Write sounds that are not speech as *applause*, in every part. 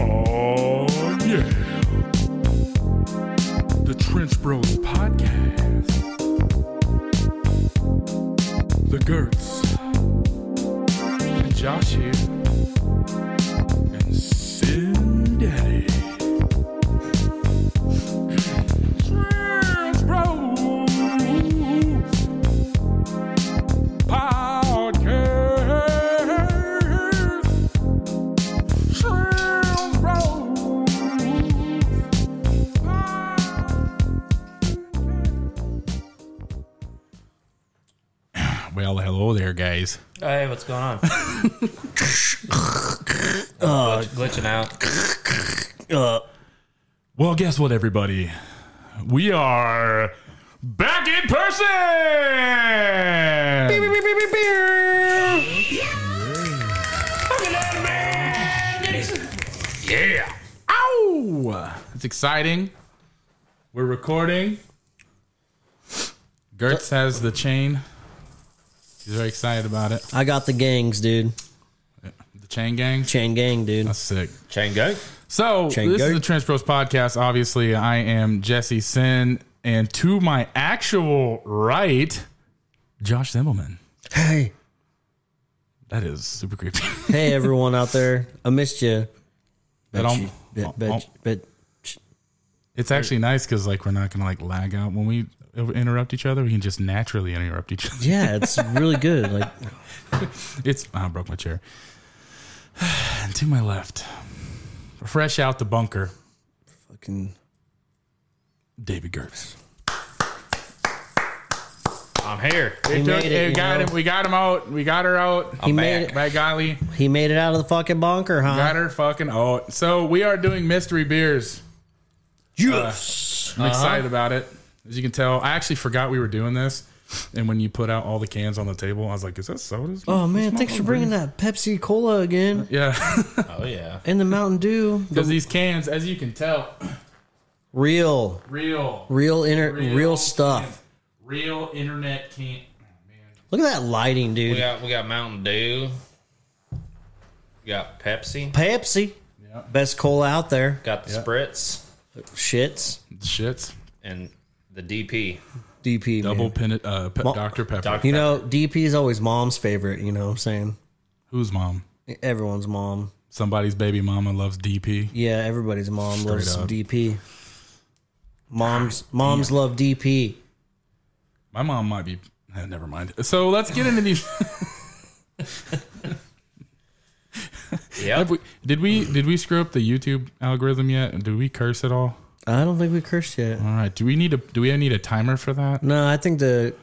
Oh, guys. Hey, what's going *laughs* on? Oh, Uh, Glitch- glitching out. Well, guess what, everybody? We are back in person. Yeah. Ow! It's exciting. We're recording. Gertz has the chain. He's very excited about it. I got the gangs, dude. The chain gang. Chain gang, dude. That's sick. Chain go. So Chain this gang. is the Trench Bros podcast. Obviously, I am Jesse Sin, and to my actual right, Josh Zimmelman. Hey, That is super creepy. *laughs* hey, everyone out there. I missed you. But Bet I'm- you, I'm- bet, bet, bet. It's actually nice because like we're not gonna like lag out when we interrupt each other. We can just naturally interrupt each other. *laughs* Yeah, it's really good. Like, It's I broke my chair. *sighs* And to my left, fresh out the bunker, fucking. David Gertz. I'm here. It made it, you got know. Oh. him. We got him out. We got her out. He back. made it. By golly, He made it out of the fucking bonker, huh? got her fucking out. So we are doing mystery beers. Yes. I'm excited about it. As you can tell, I actually forgot we were doing this. And when you put out all the cans on the table, I was like, "Is that sodas?" oh man, thanks for bringing that Pepsi Cola again Yeah, *laughs* Oh yeah. and the Mountain Dew. because these cans, as you can tell, Real, real real inner, real, stuff. Real internet can't. Look at that lighting, dude. Oh, We got we got Mountain Dew. We got Pepsi. Pepsi, Yeah. best cola out there. Got the spritz Shits. Shits. and the DP. DP. man. Double pin, uh, pe- Mo- Dr. Pepper. Doc- You know, DP is always mom's favorite. You know what I'm saying? Who's mom? Everyone's mom. Somebody's baby mama loves DP. Yeah, everybody's mom loves up. some DP. Moms, moms love DP. My mom might be. eh, never mind. So let's get into these. *laughs* Yeah. Have we- did we did we screw up the YouTube algorithm yet? Did we curse at all? I don't think we cursed yet. All right. Do we need a do we need a timer for that? No, I think the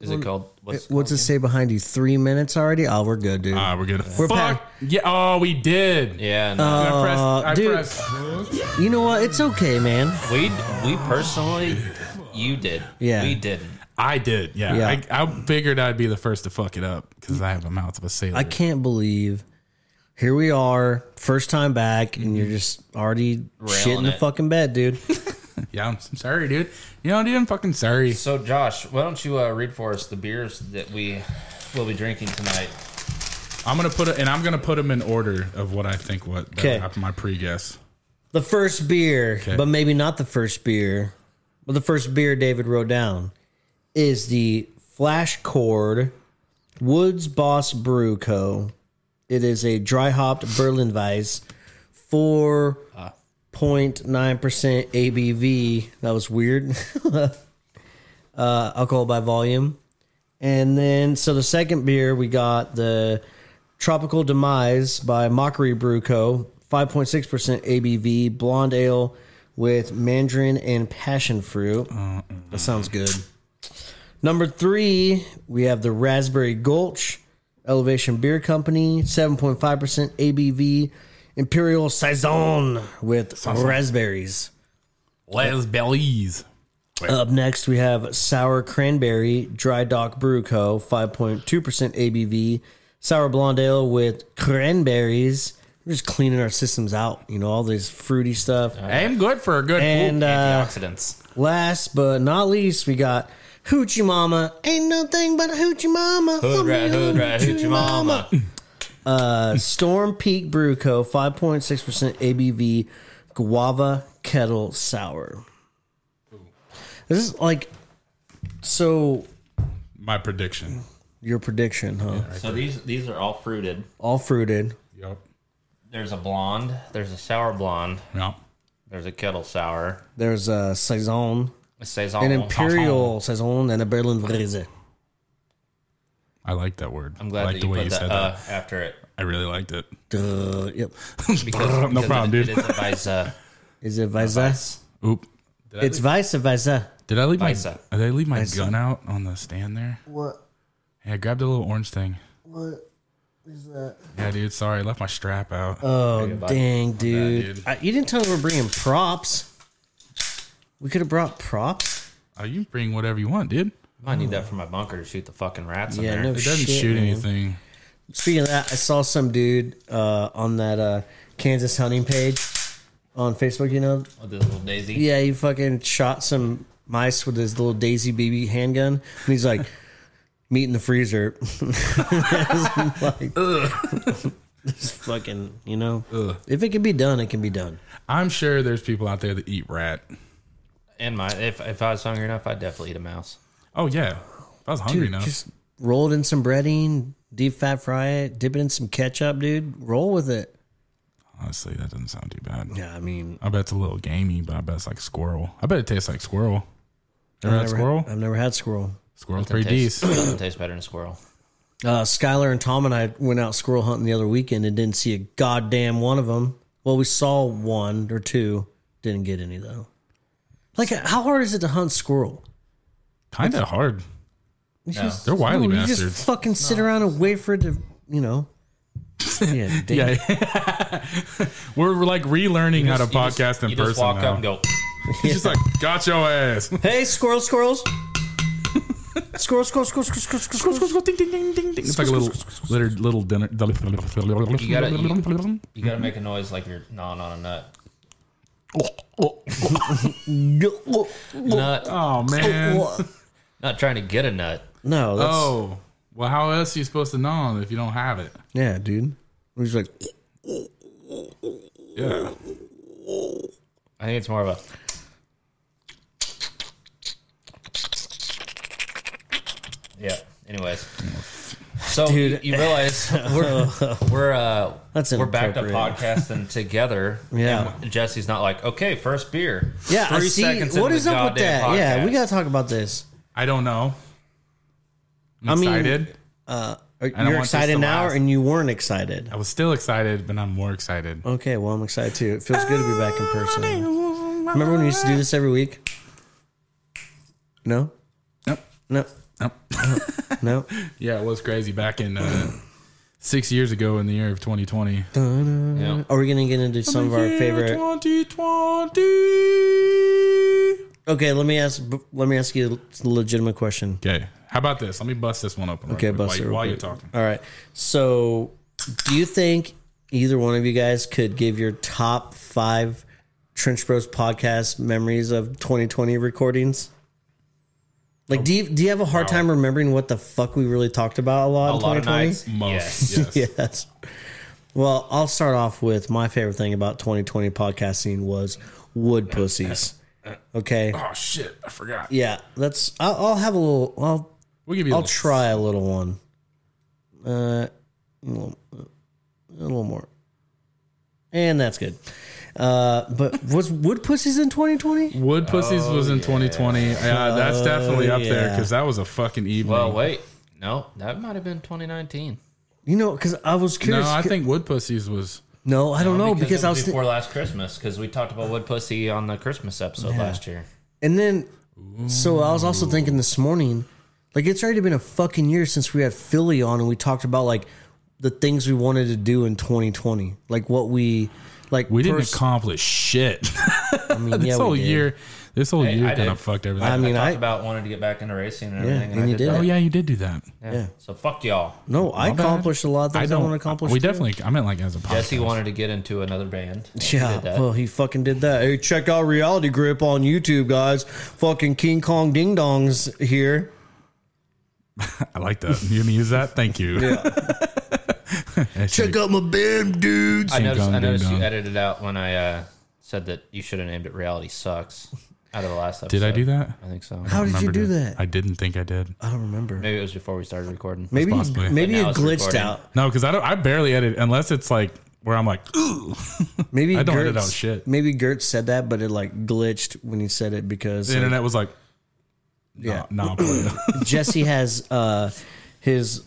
Is it called what's what's it say behind you? Three minutes already? Oh, we're good, dude. Ah, we're gonna We're fuck. back. Yeah. Oh, we did. Yeah, no. Uh, I pressed. I dude. pressed. you know what? It's okay, man. we we personally you did. Yeah. We didn't. I did. Yeah. Yeah. I, I figured I'd be the first to fuck it up because I have a mouth of a sailor. I can't believe here we are, first time back, and you're just already shit in the it. fucking bed, dude. yeah. I'm, I'm sorry, dude. You know, dude. I'm fucking sorry. So Josh, why don't you uh, read for us the beers that we will be drinking tonight? I'm gonna put it, and I'm gonna put them in order of what I think. What Okay. that, my pre guess. the first beer, but maybe not the first beer. But the first beer David wrote down is the Flash Cord Woods Boss Brew Co. It is a dry hopped Berlin Weiss, four point nine percent ABV. That was weird. *laughs* uh, alcohol by volume, and then so the second beer we got the Tropical Demise by Mockery Brew Co. 5.6% ABV blonde ale with mandarin and passion fruit. That sounds good. Number three, we have the Raspberry Gulch Elevation Beer Company, 7.5% ABV Imperial Saison with raspberries. Les Bellies. Up next, we have Sour Cranberry Dry Dock Brew Co. 5.2% ABV. Sour Blonde Ale with cranberries. We're just cleaning our systems out, you know, all this fruity stuff. I'm good for a good. And uh, Antioxidants. last but not least, we got Hoochie Mama. Ain't nothing but a Hoochie Mama. Hood rat, I'm a hood rat, hoot your mama. Uh, Storm Peak Brew Co. 5.6% ABV Guava Kettle Sour. This is like, so my prediction. Your prediction, huh? So these these are all fruited. All fruited. Yep. There's a blonde. There's a sour blonde. Yep. There's a kettle sour. There's a saison, A saison. an imperial Oh, saison, and a Berlin Vrese. I like that word. I'm glad I like that you put that, uh, after it. I really liked it. Duh, Yep. *laughs* no because problem, it- dude. It is *laughs* a Weisse. Is it Weisse? Oop. It's Weisse Weisse. Did I leave my? Visa. Did I leave my gun out on the stand there? What? Yeah, grab the little orange thing. What is that? Yeah, dude. Sorry, I left my strap out. Oh bud. dang, dude! dude. I, you didn't tell me we're bringing props. We could have brought props. oh, you bring whatever you want, dude. I might need that for my bunker to shoot the fucking rats Yeah, in there. no It doesn't shit, shoot man. anything. Speaking of that, I saw some dude uh, on that uh, Kansas hunting page on Facebook. You know, With this little daisy. yeah, he fucking shot some mice with his little Daisy BB handgun, and he's like, *laughs* "Meat in the freezer." *laughs* It's like, *laughs* it's fucking, you know, if it can be done, it can be done. I'm sure there's people out there that eat rat. And my if if I was hungry enough, I'd definitely eat a mouse. Oh yeah, if I was hungry Dude, enough. Just roll it in some breading, deep fat fry it, dip it in some ketchup, dude. Roll with it. Honestly, that doesn't sound too bad. Yeah, I mean, I bet it's a little gamey, but I bet it's like squirrel. I bet it tastes like squirrel. Ever had never- squirrel? I've never had squirrel. Squirrel's pretty tastes, decent. doesn't taste better than squirrel. Uh, Skylar and Tom and I went out squirrel hunting the other weekend and didn't see a goddamn one of them. Well, we saw one or two, didn't get any though. Like, how hard is it to hunt squirrel? Kind of hard. You just- They're wily you bastards. just fucking sit around and wait for it to, *laughs* you know. Yeah, damn. Yeah. *laughs* we're, we're like relearning how to You just- podcast in you person. just walk now. up and go. He's just like, got your ass. *laughs* Hey, squirrel, squirrels. squirrel, squirrel, squirrel, squirrel, squirrel, squirrel, squirrel. It's like a little little, little dinner. You gotta eat. You gotta make a noise like you're gnawing on a nut. Nut. Oh man. Not trying to get a nut. No, that's, Oh. Well, how else are you supposed to know on it if you don't have it? yeah, dude. We're just like, Yeah. I think it's more of a. Yeah. Anyways, so you, Dude. you realize *laughs* we're we're uh, That's we're back to inappropriate. podcasting together. Yeah. And Jesse's not like, okay, first beer. yeah, I Three see. seconds What into is the up with goddamn that? Yeah, podcast. we gotta talk about this. I don't know. I'm I mean- excited. Are, I you're want this excited to now, last. and you weren't excited. I was still excited, but I'm more excited. Okay, well, I'm excited too. It feels good to be back in person. Remember when we used to do this every week? No, Nope. no, Nope. no. Yeah, it was crazy back in uh, six years ago in the year of 2020. Yeah. Are we gonna get into some of our favorite? 2020. Okay, let me ask. Let me ask you a legitimate question. Okay, how about this? Let me bust this one open. real Okay, quick bust it while, real while quick. you're talking. All right. So, do you think either one of you guys could give your top five Trench Bros podcast memories of 2020 recordings? Like, do you, do you have a hard time remembering what the fuck we really talked about a lot A in lot of 2020? nights. Yes. Most, yes. *laughs* Yes. Well, I'll start off with my favorite thing about 2020 podcasting was wood pussies. Okay. Oh shit, I forgot. Yeah, that's. I'll, I'll have a little. I'll We'll give you. a I'll little- try a little one. Uh, a little, a little more. And that's good. Uh, but was wood pussies in 2020? Wood pussies Oh, was in 2020. Yeah, that's definitely up there yeah. because that was a fucking evening. Well, wait. No, that might have been 2019. You know, because I was no, curious. I think wood pussies was. no, I don't know because, it I was was. Thi- before last Christmas because we talked about wood pussy on the Christmas episode last year. and then, so I was also thinking this morning, like it's already been a fucking year since we had Philly on and we talked about like the things we wanted to do in 2020, like what we, like We didn't pers- accomplish shit. *laughs* I mean, this yeah, we whole did. year, this whole Hey, I year kind did. of fucked everything. I mean, talked I, about wanting to get back into racing and everything. and I you did. oh that. yeah, you did do that. Yeah. So fuck y'all. no, I bad. accomplished a lot of I things I, don't want to accomplish. We too. definitely. I meant like as a podcast. Jesse wanted to get into another *laughs* band. He Yeah, did that. well, he fucking did that. Hey, check out Reality Grip on YouTube, guys. Fucking King Kong Ding Dongs here. I like that. You gonna use that? Thank you. *laughs* Check out my band, dudes. I noticed, ding I noticed dong. you edited out when I uh, said that you should have named it "Reality Sucks" out of the last episode. Did I do that? I think so. How did you Remembered do it. that? I didn't think I did. I don't remember. Maybe it was before we started recording. Maybe possibly. maybe But it now it's glitched recording. out. No, because I don't. I barely edit unless it's like where I'm like, ooh. Maybe I don't Gertz, edit out shit. Maybe Gertz said that, but it like glitched when he said it because The like, internet was like, Yeah. yeah, nah, play *laughs* it." Jesse has uh, his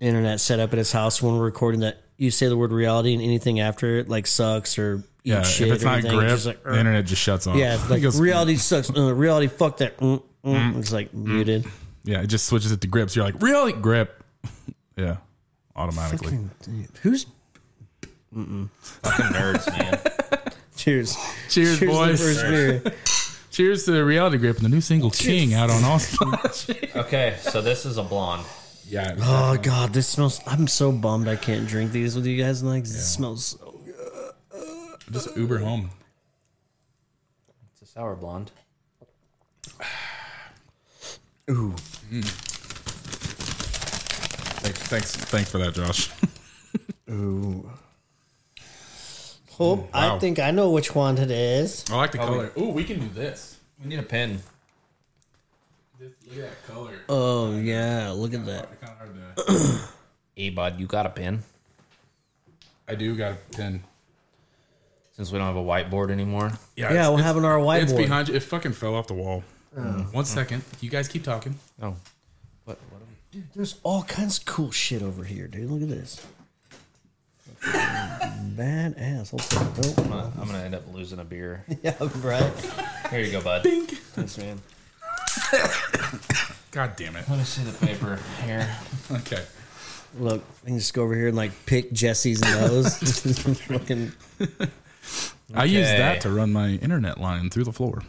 internet set up at his house when we're recording that. You say the word reality and anything after it like sucks or eat yeah. If shit. it's or not anything, it's grip, just like, er. the *laughs* internet just shuts off. Yeah, it's It like goes, Mm. reality sucks. Uh, reality, fuck that. Mm, mm. It's like muted. Yeah, it just switches it to grips. You're like, really? Grip. *laughs* yeah, automatically. Who's Fucking nerds, man. cheers? Cheers, boys. To the first beer. Cheers to the reality grip and the new single King out on all *laughs* Okay, so this is a blonde. Yeah. Oh god, this smells. I'm so bummed I can't drink these with you guys. Like this smells. so- Just Uber home. It's a sour blonde. Thanks, thanks, thanks for that, Josh. Oh, I wow. think I know which one it is. I like the color. Ooh, we can do this. We need a pin. Look at that color. Oh yeah, look at that. Hey, bud, you got a pin? I do got a pen. Since we don't have a whiteboard anymore. Yeah, we'll it's, have it on our it's, it's whiteboard. behind you. It fucking fell off the wall. One second. You guys keep talking. Oh. What? what are we- There's all kinds of cool shit over here, dude. Look at this. *laughs* Badass. Hold on. I'm gonna- I'm gonna end up losing a beer. Oh, yeah, right. Here you go, bud. Thanks, man. God damn it. *laughs* Let me see the paper here. Okay. Look, I can just go over here and like pick Jesse's nose. *laughs* Fucking I used Okay. that to run my internet line through the floor.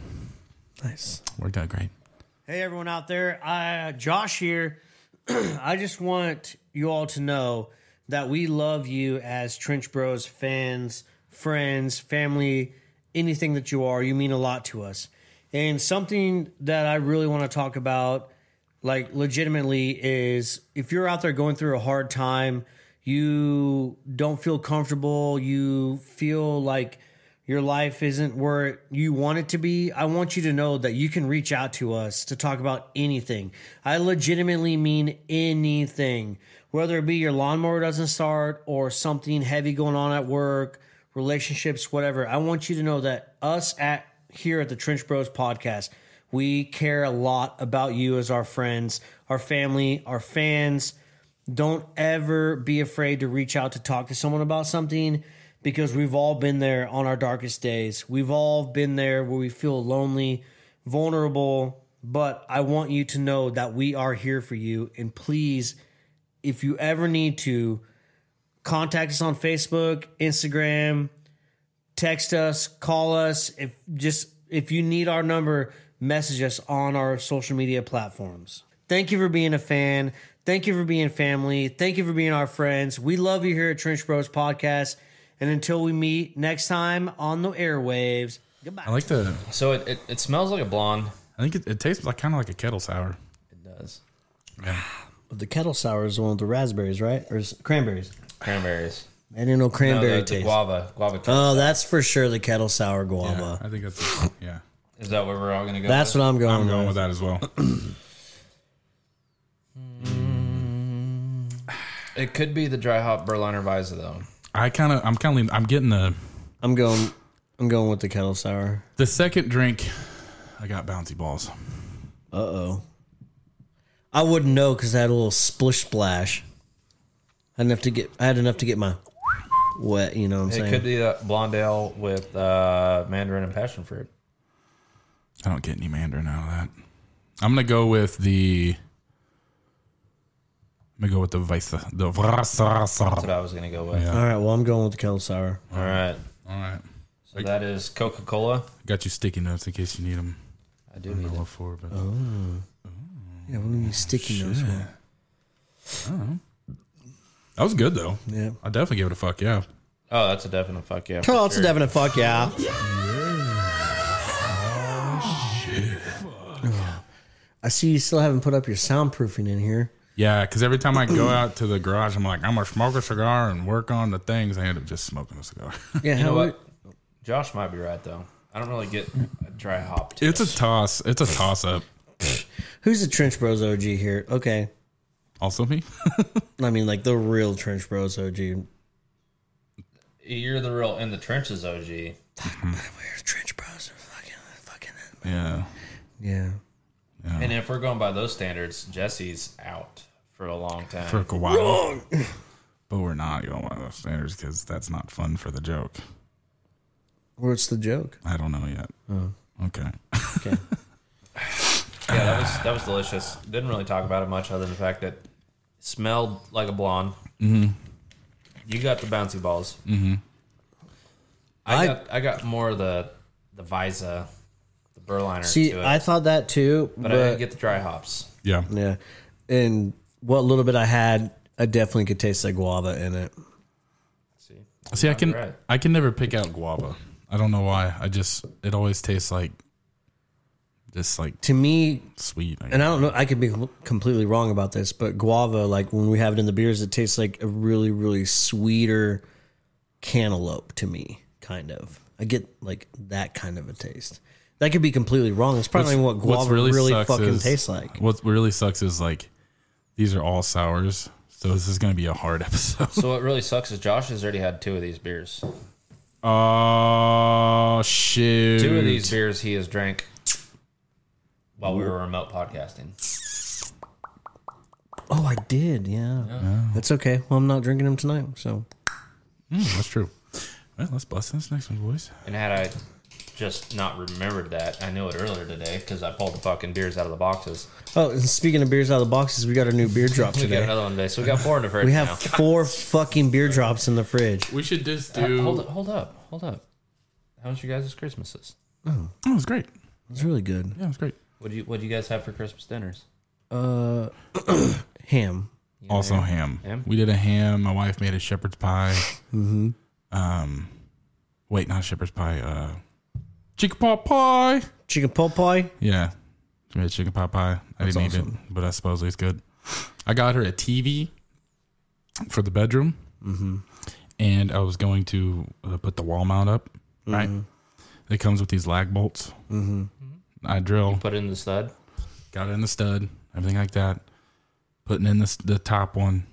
nice. Worked out great. Hey, everyone out there. I, Josh here. *clears throat* I just want you all to know that we love you as Trench Bros fans, friends, family, anything that you are. You mean a lot to us. And something that I really want to talk about, like legitimately, is if you're out there going through a hard time, you don't feel comfortable, you feel like your life isn't where you want it to be, I want you to know that you can reach out to us to talk about anything. I legitimately mean anything, whether it be your lawnmower doesn't start or something heavy going on at work, relationships, whatever. I want you to know that us at here at the Trench Bros podcast, we care a lot about you as our friends, our family, our fans don't ever be afraid to reach out to talk to someone about something because we've all been there on our darkest days. We've all been there where we feel lonely, vulnerable, but I want you to know that we are here for you. And please, if you ever need to, contact us on Facebook, Instagram, text us, call us. If just if you need our number, message us on our social media platforms. Thank you for being a fan. Thank you for being family. Thank you for being our friends. We love you here at Trench Bros Podcast. And until we meet next time on the airwaves, goodbye. I like the. So it, it, it smells like a blonde. I think it, it tastes like kind of like a kettle sour. It does. the kettle sour is the one with the raspberries, right? Or is cranberries? *sighs* Cranberries. I didn't know No, cranberry the, the taste. guava. Guava. oh, that's for sure the kettle sour guava. Yeah, I think that's. Yeah. Is that where we're all gonna go? That's with? what I'm going I'm with. going with that as well. It could be the dry hop Berliner Weisse though. I kind of. I'm kind of. I'm getting the. I'm going. I'm going with the kettle sour. The second drink, I got bouncy balls. Uh oh. I wouldn't know because I had a little splish splash. I had enough to get. I had enough to get my wet. You know what I'm It saying? could be the blonde ale with uh, mandarin and passion fruit. I don't get any mandarin out of that. I'm gonna go with the. I'm gonna go with the Weisse. The That's Weisse. what I was gonna go with. All right. Well, I'm going with the kettle sour. All right. All right, So that is Coca Cola. got you sticky notes in case you need them. I do need Love for, but Yeah, we're gonna be sticky nose one. that was good though. Yeah. I definitely give it a fuck yeah. Oh, that's a definite fuck yeah. Oh, it's a definite fuck yeah. Oh, I see you still haven't put up your soundproofing in here. Yeah, because every time I go out to the garage, I'm like, I'm gonna smoke a cigar and work on the things. I end up just smoking a cigar. *laughs* Yeah, You know what? Josh might be right though. I don't really get a dry hop. it's a toss. It's a toss up. who's the Trench Bros OG here? Okay, Also me. *laughs* I mean like the real Trench Bros OG. You're the real in the trenches OG. Where's Trench Bros? Fucking, fucking. yeah. Yeah. And if we're going by those standards, Jesse's out for a long time. took a while. But we're not going by those standards because that's not fun for the joke. What's the joke? *laughs* I don't know yet. Okay. Okay. Yeah, that was that was delicious. Didn't really talk about it much other than the fact that it smelled like a blonde. Mm-hmm. You got the bouncy balls. Mm-hmm. I, I- got I got more of the the Visa, the Burliner See, to it, I thought that too, but, but, I didn't get the dry hops. Yeah. yeah. And what little bit I had, I definitely could taste like guava in it. See, See, I can right. I can never pick out guava. I don't know why. I just it always tastes like just like To me, sweet. I and I don't know, I could be completely wrong about this, but guava, like when we have it in the beers, it tastes like a really, really sweeter cantaloupe to me, kind of. I get like that kind of a taste. That could be completely wrong. It's probably what guava really, fucking tastes like. What really sucks is like these are all sours, so this is gonna be a hard *laughs* episode. So what really sucks is Josh has already had two of these beers. Oh shit! Two of these beers he has drank while we were remote podcasting. Oh, I did. Yeah. That's okay. Well, I'm not drinking them tonight. So Mm, that's true. Well, let's bust this next one, boys. And had I just not remembered that, I knew it earlier today because I pulled the fucking beers out of the boxes. Oh, and speaking of beers out of the boxes, we got a new beer drop We got today. another one today, so we got four in the fridge We now. have four fucking beer drops in the fridge. We should just Uh, do. hold up, hold up, hold up. How was your guys' Christmases? Oh, it was great. It's really good. Yeah, it was great. What do you What do you guys have for Christmas dinners? Uh, *clears throat* ham. also ham. Ham? We did a ham. My wife made a shepherd's pie. *laughs* mm-hmm. Um, wait, not shepherd's pie. Uh, chicken pot pie. Chicken pot pie. Yeah, she made chicken pot pie. I didn't eat it, but I suppose it's good. I got her a TV for the bedroom, Mm-hmm. and I was going to uh, put the wall mount up. Right, it comes with these lag bolts. Mm-hmm. I drill, Put it in the stud. got it in the stud, everything like that. Putting in this the top one,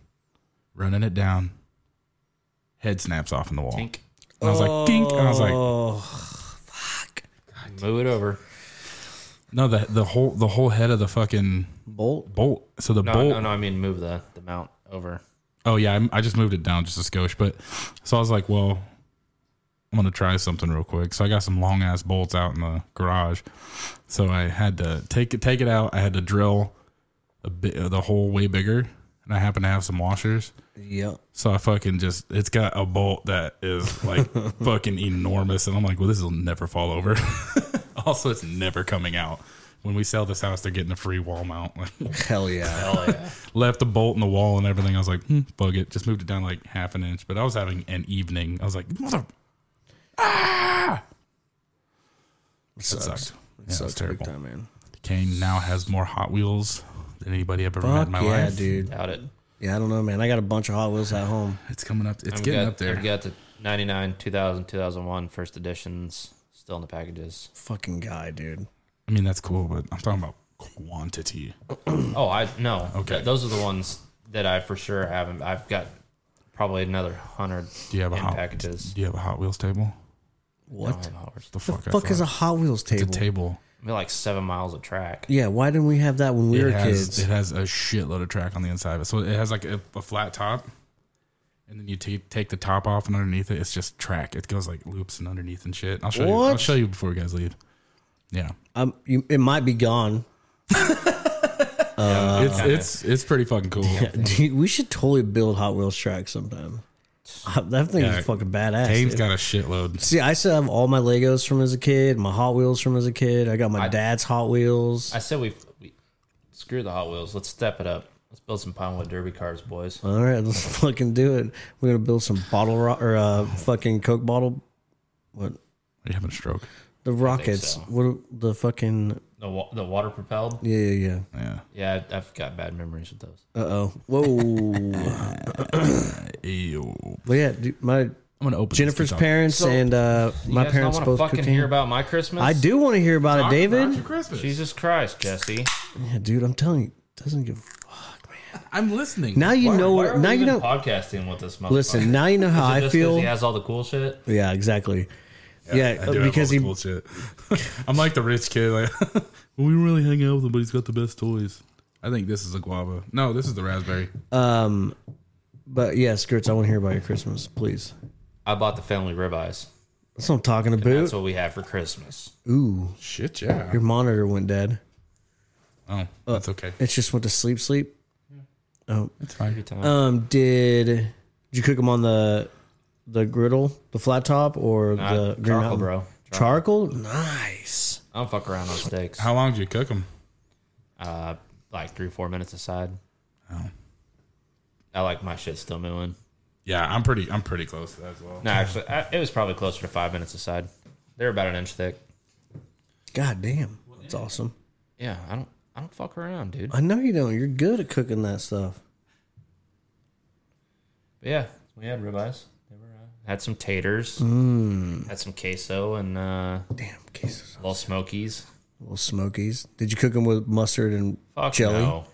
running it down. Head snaps off in the wall. Tink. Oh. And I was like, dink. And I was like, Oh, Move it over. no, the the whole the whole head of the fucking Bolt. bolt. So the No, bolt. no, no. I mean move the the mount over. Oh yeah, I'm, I just moved it down just a skosh, but so I was like, well, I'm gonna try something real quick. So I got some long ass bolts out in the garage, so I had to take it take it out. I had to drill a bit the hole way bigger, and I happen to have some washers, Yep. so I fucking just it's got a bolt that is *laughs* like fucking enormous, and I'm like, well, this will never fall over. *laughs* also, it's never coming out. When we sell this house, they're getting a free wall mount. *laughs* Hell yeah. Hell yeah. left the bolt in the wall and everything. I was like, hmm, bug it. Just moved it down like half an inch. But I was having an evening. I was like, mother. It That sucks. sucked. Yeah, It that sucks was terrible. big time, man. Kane now has more Hot Wheels than anybody I've ever had Fuck in my yeah, life. dude. Doubt it. Yeah, I don't know, man. I got a bunch of Hot Wheels at home. It's coming up. It's I've getting got, up there. I've got the 99, 2000, 2001 first editions still in the packages. Fucking guy, dude. I mean, that's cool, but I'm talking about quantity. Oh, I no. Okay. Th- those are the ones that I for sure haven't. I've got probably another hundred Do you have a in Hot packages. Do you have a Hot Wheels table? I don't What have hours. The the fuck, I fuck is a thought. Hot Wheels It's table? a table? Maybe like seven miles of track. Yeah, why didn't we have that when we It were has, kids? it has a shitload of track on the inside of it. So it has like a, a flat top, and then you ta- take the top off, and underneath it, it's just track. It goes like loops and underneath and shit. I'll show you. I'll What? show you before you guys leave. Yeah, Um, you, it might be gone. Uh, it's it's it's pretty fucking cool. Dude, we should totally build Hot Wheels track sometime. Uh, That thing Yeah. is fucking badass. Kane's dude. got a shitload. See, I still have all my Legos from as a kid, my Hot Wheels from as a kid. I got my dad's Hot Wheels. I said we, we screw the Hot Wheels. Let's step it up. Let's build some Pinewood Derby cars, boys. all right, *laughs* let's fucking do it. We're gonna build some bottle ro- or uh, fucking Coke bottle. What Are you having a stroke? the rockets? so. What are- the fucking The wa- the water propelled. yeah yeah Yeah. Yeah, I- I've got bad memories with those. yeah. Uh oh. Whoa. Ew. but yeah, dude, my I'm gonna open Jennifer's this parents So, and uh, You my guys parents don't both want to fucking cooking. hear about my Christmas. I do want to hear about it, Your David. Christmas. Jesus Christ, Jesse. Yeah, dude, I'm telling you, doesn't give. a Fuck, man. I'm listening. Now you know Why are what. Now we you even know. podcasting with this motherfucker? Listen, now you know how Is it I just 'cause feel. He has all the cool shit. Yeah, exactly. Yeah, I do have uh, because all the he cool shit. *laughs* I'm like the rich kid. Like, *laughs* we don't really hang out with him, but he's got the best toys. I think this is a guava. No, this is the raspberry. um but yeah, skirts, I want to hear about your Christmas, please. I bought the family ribeyes. That's what I'm talking That's about. what we have for Christmas. Ooh, Shit, yeah. your monitor went dead. Oh, that's okay. It's just went to sleep, sleep. Oh, It's fine. Um, did did you cook them on the the griddle, the flat top, or Nah, the Green charcoal, Mountain? bro. Charcoal, nice. I don't fuck around on steaks. How long did you cook them? Uh, like three, four minutes aside. Oh. I like my shit still milling. Yeah, I'm pretty. I'm pretty close to that as well. No, actually, I, it was probably closer to five minutes aside. They're about an inch thick. God damn, that's awesome. Yeah, I don't, I don't fuck around, dude. But I know you don't. You're good at cooking that stuff. yeah, we had ribeyes. They were, uh, had some taters. Mm. Had some queso and uh, Damn, cases, little smokies. little smokies. Did you cook them with mustard and Fuck jelly? no.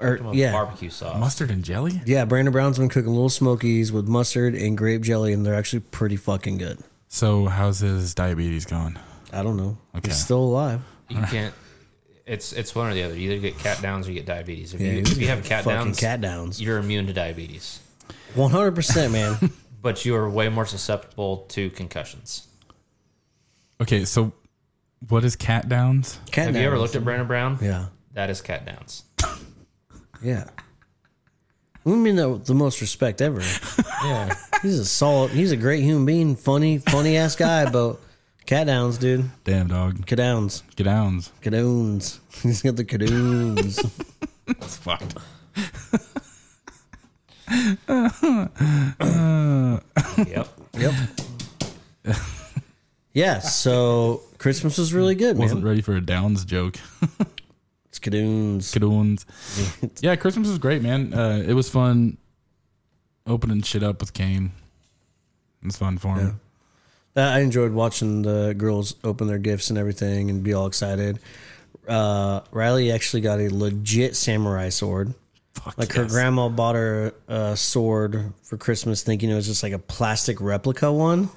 Or Come on, yeah, barbecue sauce. Mustard and jelly. yeah. Brandon Brown's been cooking little smokies with mustard and grape jelly, and they're actually pretty fucking good. So how's his diabetes going? I don't know. Okay. He's still alive. you can't. It's it's one or the other. You either get cat downs or you get diabetes. If Yeah, you, he's if you have cat Fucking downs, cat downs. you're immune to diabetes, One hundred percent, man. but you are way more susceptible to concussions. Okay, so what is cat downs? Cat have you ever downs. looked at Brandon Brown? Yeah, That is cat downs. *laughs* yeah. We mean that with the most respect ever. *laughs* Yeah. He's a solid. He's a great human being. Funny, funny ass guy. But cat downs, dude. Damn dog, Cadowns. get downs. Cadoons. *laughs* He's got the cadoons. That's fucked. yep. yep. *laughs* Yeah. So Christmas was really good, man. Wasn't ready for a downs joke. It's *laughs* cadoons. Cadoons. yeah, Christmas was great, man. Uh, it was fun opening shit up with Kane. It's fun for him. Uh, I enjoyed watching the girls open their gifts and everything and be all excited. Uh, Riley actually got a legit samurai sword. Fuck Like her yes. grandma bought her a sword for Christmas, thinking it was just like a plastic replica one,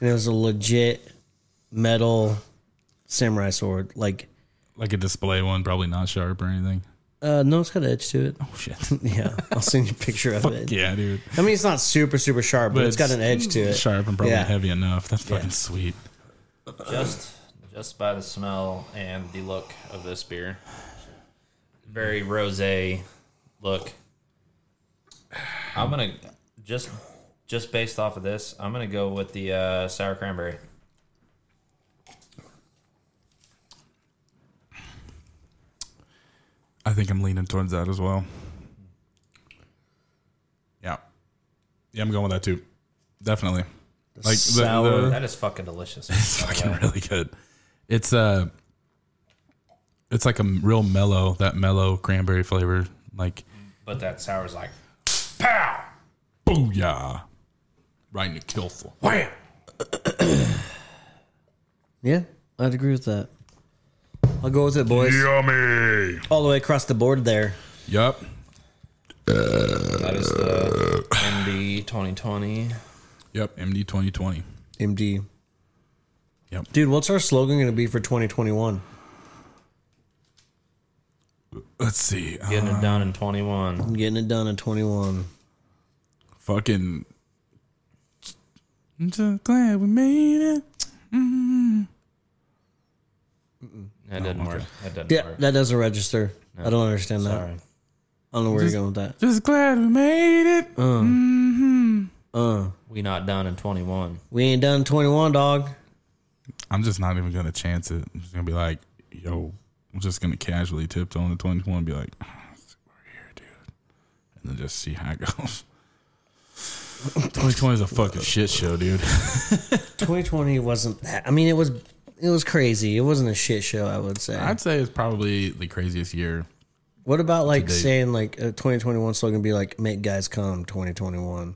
and it was a legit metal samurai sword. Like, like a display one, probably not sharp or anything. uh, no, it's got an edge *laughs* to it. Oh shit. Yeah, I'll send you a picture of it. yeah, dude. I mean, it's not super super sharp, but, But it's got it's an edge to it. Sharp and probably Yeah. heavy enough. That's fucking sweet. Just just by the smell and the look of this beer. Very rosé look. I'm going to just just based off of this, I'm going to go with the uh, sour cranberry. I think I'm leaning towards that as well. Yeah. Yeah, I'm going with that too. Definitely. Like the- sour- the, That is fucking delicious. *laughs* it's fucking really good. It's uh it's like a real mellow, that mellow cranberry flavor. Like but that sour is like pow. booyah. Right in the kill for. Wham! Yeah, I'd agree with that. I'll go with it, boys. Yummy. All the way across the board there. Yep. That is the MD 2020. Yep. MD twenty twenty. MD. Yep. Dude, what's our slogan going to be for 2021? Let's see. Uh, Getting it done in 21. I'm getting it done in 21. fucking. I'm just glad we made it. That doesn't work. That doesn't Yeah, work. that doesn't register. I don't understand that. Sorry. I don't know where you're going with that. Just glad we made it. Mm-hmm. We not done in 21. Uh, We ain't done 21, *laughs* dog. I'm just not even gonna chance it. I'm just gonna be like, yo, I'm just gonna casually tiptoe on the 21 and be like, "Ah, we're here, dude, and then just see how it *laughs* goes. 2020 is a fucking shit show, dude. *laughs* 2020 wasn't that. I mean, it was it was crazy. It wasn't a shit show, I would say. I'd say it's probably the craziest year. what about like date. saying like a 2021 slogan be like make guys come 2021?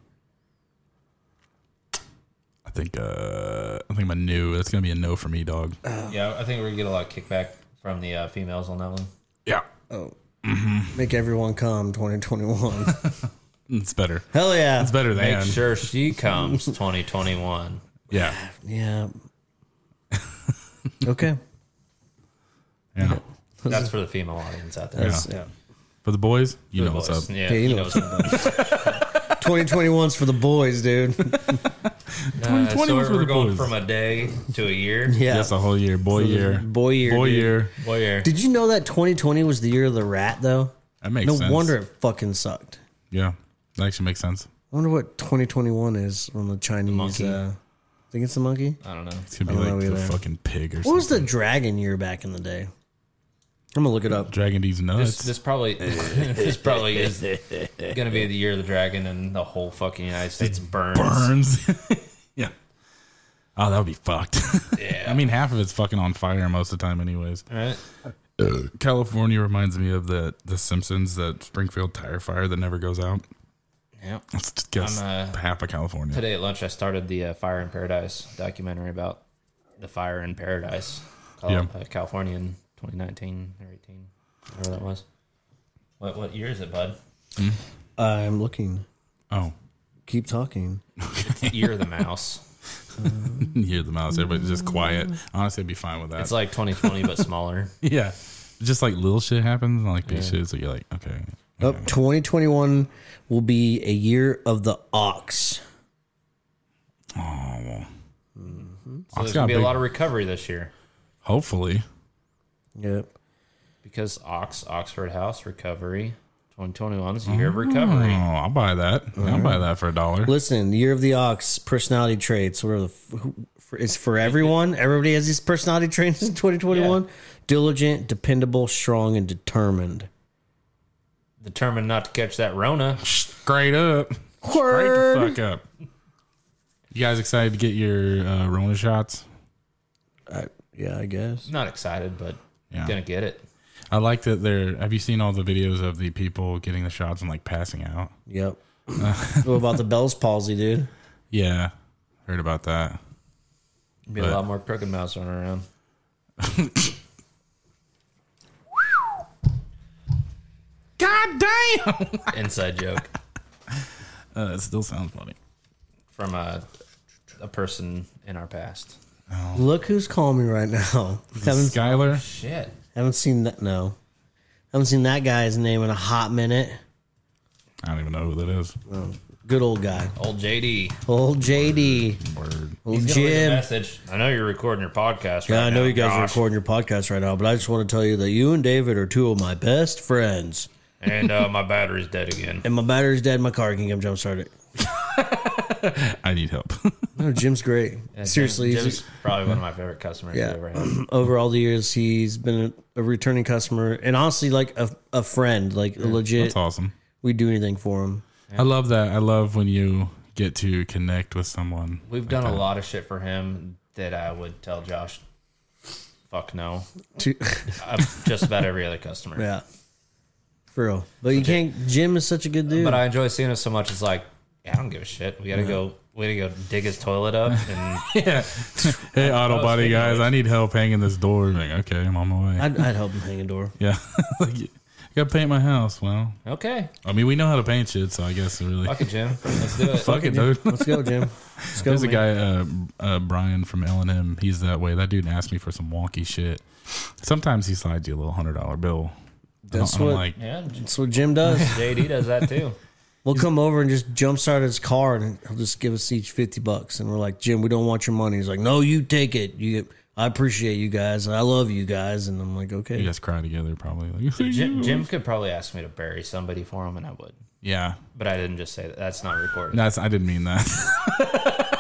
I think. uh I think my new. That's gonna be a no for me, dog. Yeah, I think we're gonna get a lot of kickback from the uh, females on that one. Yeah, Oh. Mm-hmm. Make everyone come 2021. it's better. *laughs* Hell yeah. It's better Make than sure she comes 2021. Yeah. *laughs* Yeah. okay. Yeah. That's for the female audience out there. Yeah. Yeah. For the boys, you The know what's boys. up. Yeah, Yeah, you *laughs* *laughs* you know know what's up. 2021's for the boys, dude. Uh, 2020 so was with we're the going boys. from a day to a year. Yeah. That's a whole year, boy year, boy year, boy dude. year. Boy, year. Did you know that 2020 was the year of the rat, though? That makes No sense. wonder it fucking sucked. Yeah, that actually makes sense. I wonder what 2021 is on the Chinese. monkey. uh, think it's the monkey? I don't know. It's gonna I be don't like know the either. fucking pig or What something. was the dragon year back in the day? I'm going to look it up. Dragon D's This, nuts. this probably *laughs* this probably is gonna be the year of the dragon, and the whole fucking United States burns. burns. *laughs* yeah. Oh, that would be fucked. *laughs* Yeah. I mean, half of it's fucking on fire most of the time, anyways. Uh, Right? California reminds me of the the Simpsons, that Springfield tire fire that never goes out. Yeah. It's just I'm, uh, half of California. Today at lunch, I started the uh, Fire in Paradise documentary about the fire in paradise, Cal- Yeah. uh, California in 2019 or 18, whatever that was. What what year is it, bud? I'm looking. Oh, *laughs* Keep talking. It's year of the mouse. you hear the mouse. Everybody's just quiet. Honestly, I'd be fine with that. Mm. It's like 2020 but *laughs* smaller. yeah. Just like little shit happens and like big shit. So you're like, okay. Oh, 2021 will be a year of the ox. Oh, well. So Ox there's got gonna be a big- lot of recovery this year Hopefully. Yep. because Ox Oxford House recovery 2021 is a year of Mm. recovery. Oh, I'll buy that. I'll buy that for a dollar. Listen, the year of the ox, personality traits. Whatever the f- who, for, it's for everyone. Everybody has these personality traits in 2021. Diligent, dependable, strong, and determined. Determined not to catch that Rona. Straight up. Straight the fuck up. You guys excited to get your uh, Rona shots? I, yeah, I guess. Not excited, but Yeah. gonna get it. I like that they're. Have you seen all the videos of the people getting the shots and like passing out? *laughs* Yep. what about the Bell's palsy, dude? Yeah, heard about that. Be a But- lot more crooked mouse running around. God damn! Inside joke Uh, it still sounds funny. from a a person in our past. Look who's calling me right now. haven't Skyler, Shit. haven't seen that. No, haven't seen that guy's name in a hot minute. I don't even know who that is. Good old guy, Old JD. old JD, Word. old He's gonna leave a Jim. message. I know you're recording your podcast right Yeah, I know now. you guys are Gosh. recording your podcast right now, but I just want to tell you that you and David are two of my best friends. And uh, my battery's dead again. And my battery's dead. My car can come jump started. I need help. *laughs* No, Jim's great. *laughs* Seriously, Jim- Jim's he's, probably *laughs* one of my favorite customers Yeah. I've ever had. over all the years, he's been a, a returning customer and honestly, like a, a friend. Like a legit, That's awesome. we do anything *laughs* for him. I love that. I love when you get to connect with someone. We've done a lot of shit for him that I would tell Josh, fuck no. To, I'm just about every other customer. yeah, for real. But you can't. Jim is such a good dude. But I enjoy seeing him so much. It's like, yeah, I don't give a shit. We gotta go. We gotta go dig his toilet up and Yeah. hey, auto body guys, I need help hanging this door. Like, okay, I'm on my way. I'd, I'd help him hang a door. yeah. *laughs* like, I gotta paint my house. Well, okay, I mean, we know how to paint shit, so I guess it really. fuck it, Jim. Let's do it. Fuck it, dude. Let's go, Jim. *laughs* Let's go. There's a man. guy, uh, uh, Brian from L and M. He's that way. That dude asked me for some wonky shit. Sometimes he slides you a little hundred dollar bill. That's and I'm what- like. Yeah, That's what Jim *laughs* does. JD does that too. We'll come over and just jumpstart his car, and he'll just give us each fifty bucks. And we're like, Jim, we don't want your money. He's like, No, you take it. You, get, I appreciate you guys. I love you guys. And I'm like, Okay, You *laughs* guys cry together, probably. Like, *laughs* Jim, Jim could probably ask me to bury somebody for him, and I would. yeah, But I didn't just say that. That's not recorded. that's. I didn't mean that.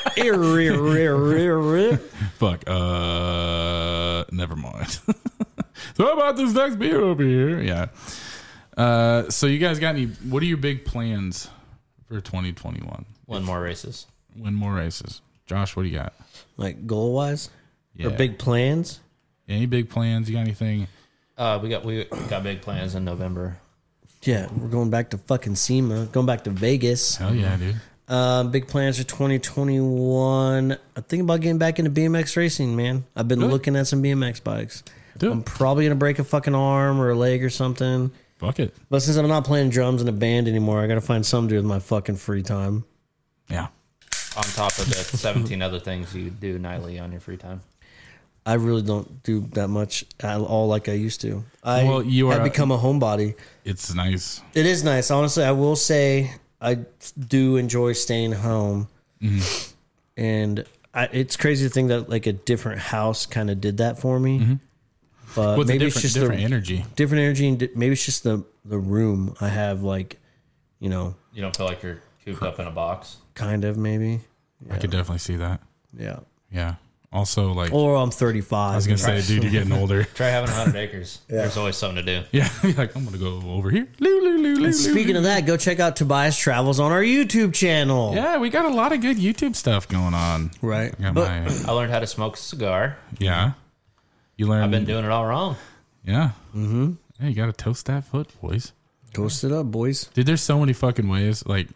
Fuck. Uh, never mind. *laughs* so how about this next beer over here? Yeah. Uh, so you guys got any? What are your big plans for 2021? One more races. Win more races. Josh, what do you got? like goal wise Yeah. or big plans. Any big plans? You got anything? Uh, we got we got big plans in November. Yeah, we're going back to fucking SEMA, going back to Vegas. Hell yeah, dude. Uh, big plans for 2021. I think about getting back into BMX racing, man. I've been looking at some BMX bikes. Do it. I'm probably gonna break a fucking arm or a leg or something. Fuck it. But since I'm not playing drums in a band anymore, I gotta find something to do with my fucking free time. Yeah. On top of the 17 other things you do nightly on your free time. I really don't do that much at all like I used to. I Well, you have are- become a homebody. It's nice. It is nice, honestly. I will say I do enjoy staying home, Mm-hmm. and I, it's crazy to think that like a different house kind of did that for me. But Mm-hmm. What's a Uh, maybe different, it's just different the energy? different energy, and di- maybe it's just the the room I have. Like, you know, You don't feel like you're cooped up in a box. kind of maybe, I could definitely see that. yeah. Yeah. Also, like Or I'm I 35. was gonna say, dude, you're getting *laughs* older. *laughs* Try having 100 acres. There's always something to do. Yeah, *laughs* you're like I'm gonna go over here. Loo, loo, loo, loo, loo. Speaking of that, go check out Tobias Travels on our YouTube channel. Yeah, we got a lot of good YouTube stuff going on. Right. I got But- my I learned how to smoke a cigar. yeah. You learn. I've been doing it all wrong. yeah. Mm-hmm. Yeah, you gotta toast that foot, boys. Toast it up, boys. Dude, there's so many fucking ways like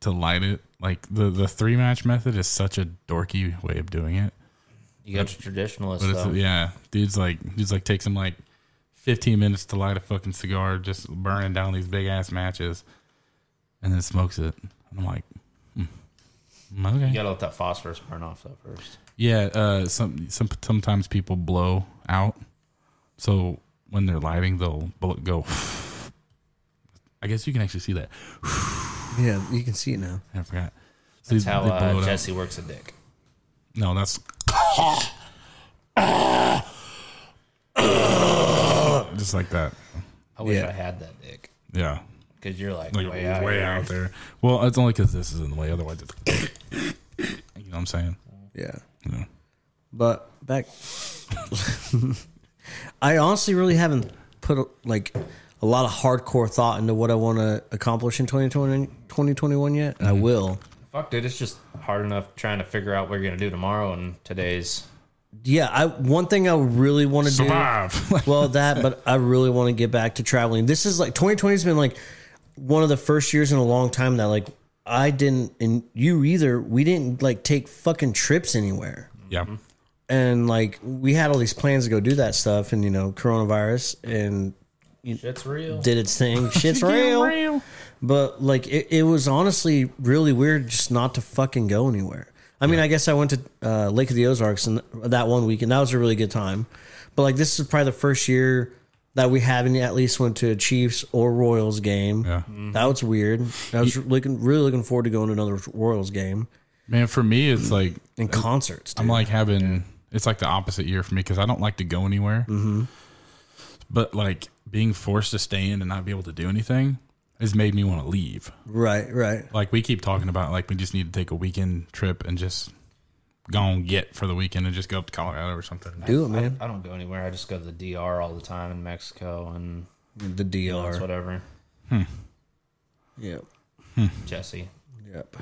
to light it. Like the the three match method is such a dorky way of doing it. You got your traditionalist But it's, though. yeah, dude's like dude's like takes him like 15 minutes to light a fucking cigar, just burning down these big ass matches, and then smokes it. And I'm like, hmm, okay, You gotta let that phosphorus burn off though first. yeah. Uh, some some sometimes people blow out, so when they're lighting, they'll bl- go. *sighs* I guess you can actually see that. Yeah, you can see it now. I forgot. So That's they- how they blow uh, it out. Jesse works a dick. No, that's. *coughs* Just like that. I wish Yeah. I had that dick Yeah. because you're like, Like way out. here. out there. Well, it's only because this is in the way. Otherwise, it's. *coughs* you know what I'm saying? Yeah. Yeah. But back, *laughs* I honestly really haven't put like a lot of hardcore thought into what I want to accomplish in 2020, 2021 yet. And I Mm-hmm. will. Fuck, dude, it's just hard enough trying to figure out what you're gonna do tomorrow and today's. Yeah, I one thing I really want to do. Mm-hmm. Survive. *laughs* Well, that, but I really want to get back to traveling. This is like 2020 has been like one of the first years in a long time that like I didn't, and you either, we didn't like take fucking trips anywhere. yeah. Mm-hmm. And like we had all these plans to go do that stuff, and you know, coronavirus and Shit's real. did *laughs* its thing. Shit's real. But like it, it was honestly really weird just not to fucking go anywhere. I mean, I guess I went to uh, Lake of the Ozarks and that one week, and that was a really good time. But like this is probably the first year that we haven't at least went to a Chiefs or Royals game. Yeah. That was weird. I was looking really looking forward to going to another Royals game Man, for me, it's like and concerts. Dude. I'm like having it's like the opposite year for me because I don't like to go anywhere. Mm-hmm. But like being forced to stay in and not be able to do anything has made me want to leave. right, right. like we keep talking about like we just need to take a weekend trip and just go and get for the weekend and just go up to Colorado or something. Do it, man. I don't go anywhere. I just go to the DR all the time in Mexico and The that's DR. whatever. Yep. Jesse, Yep.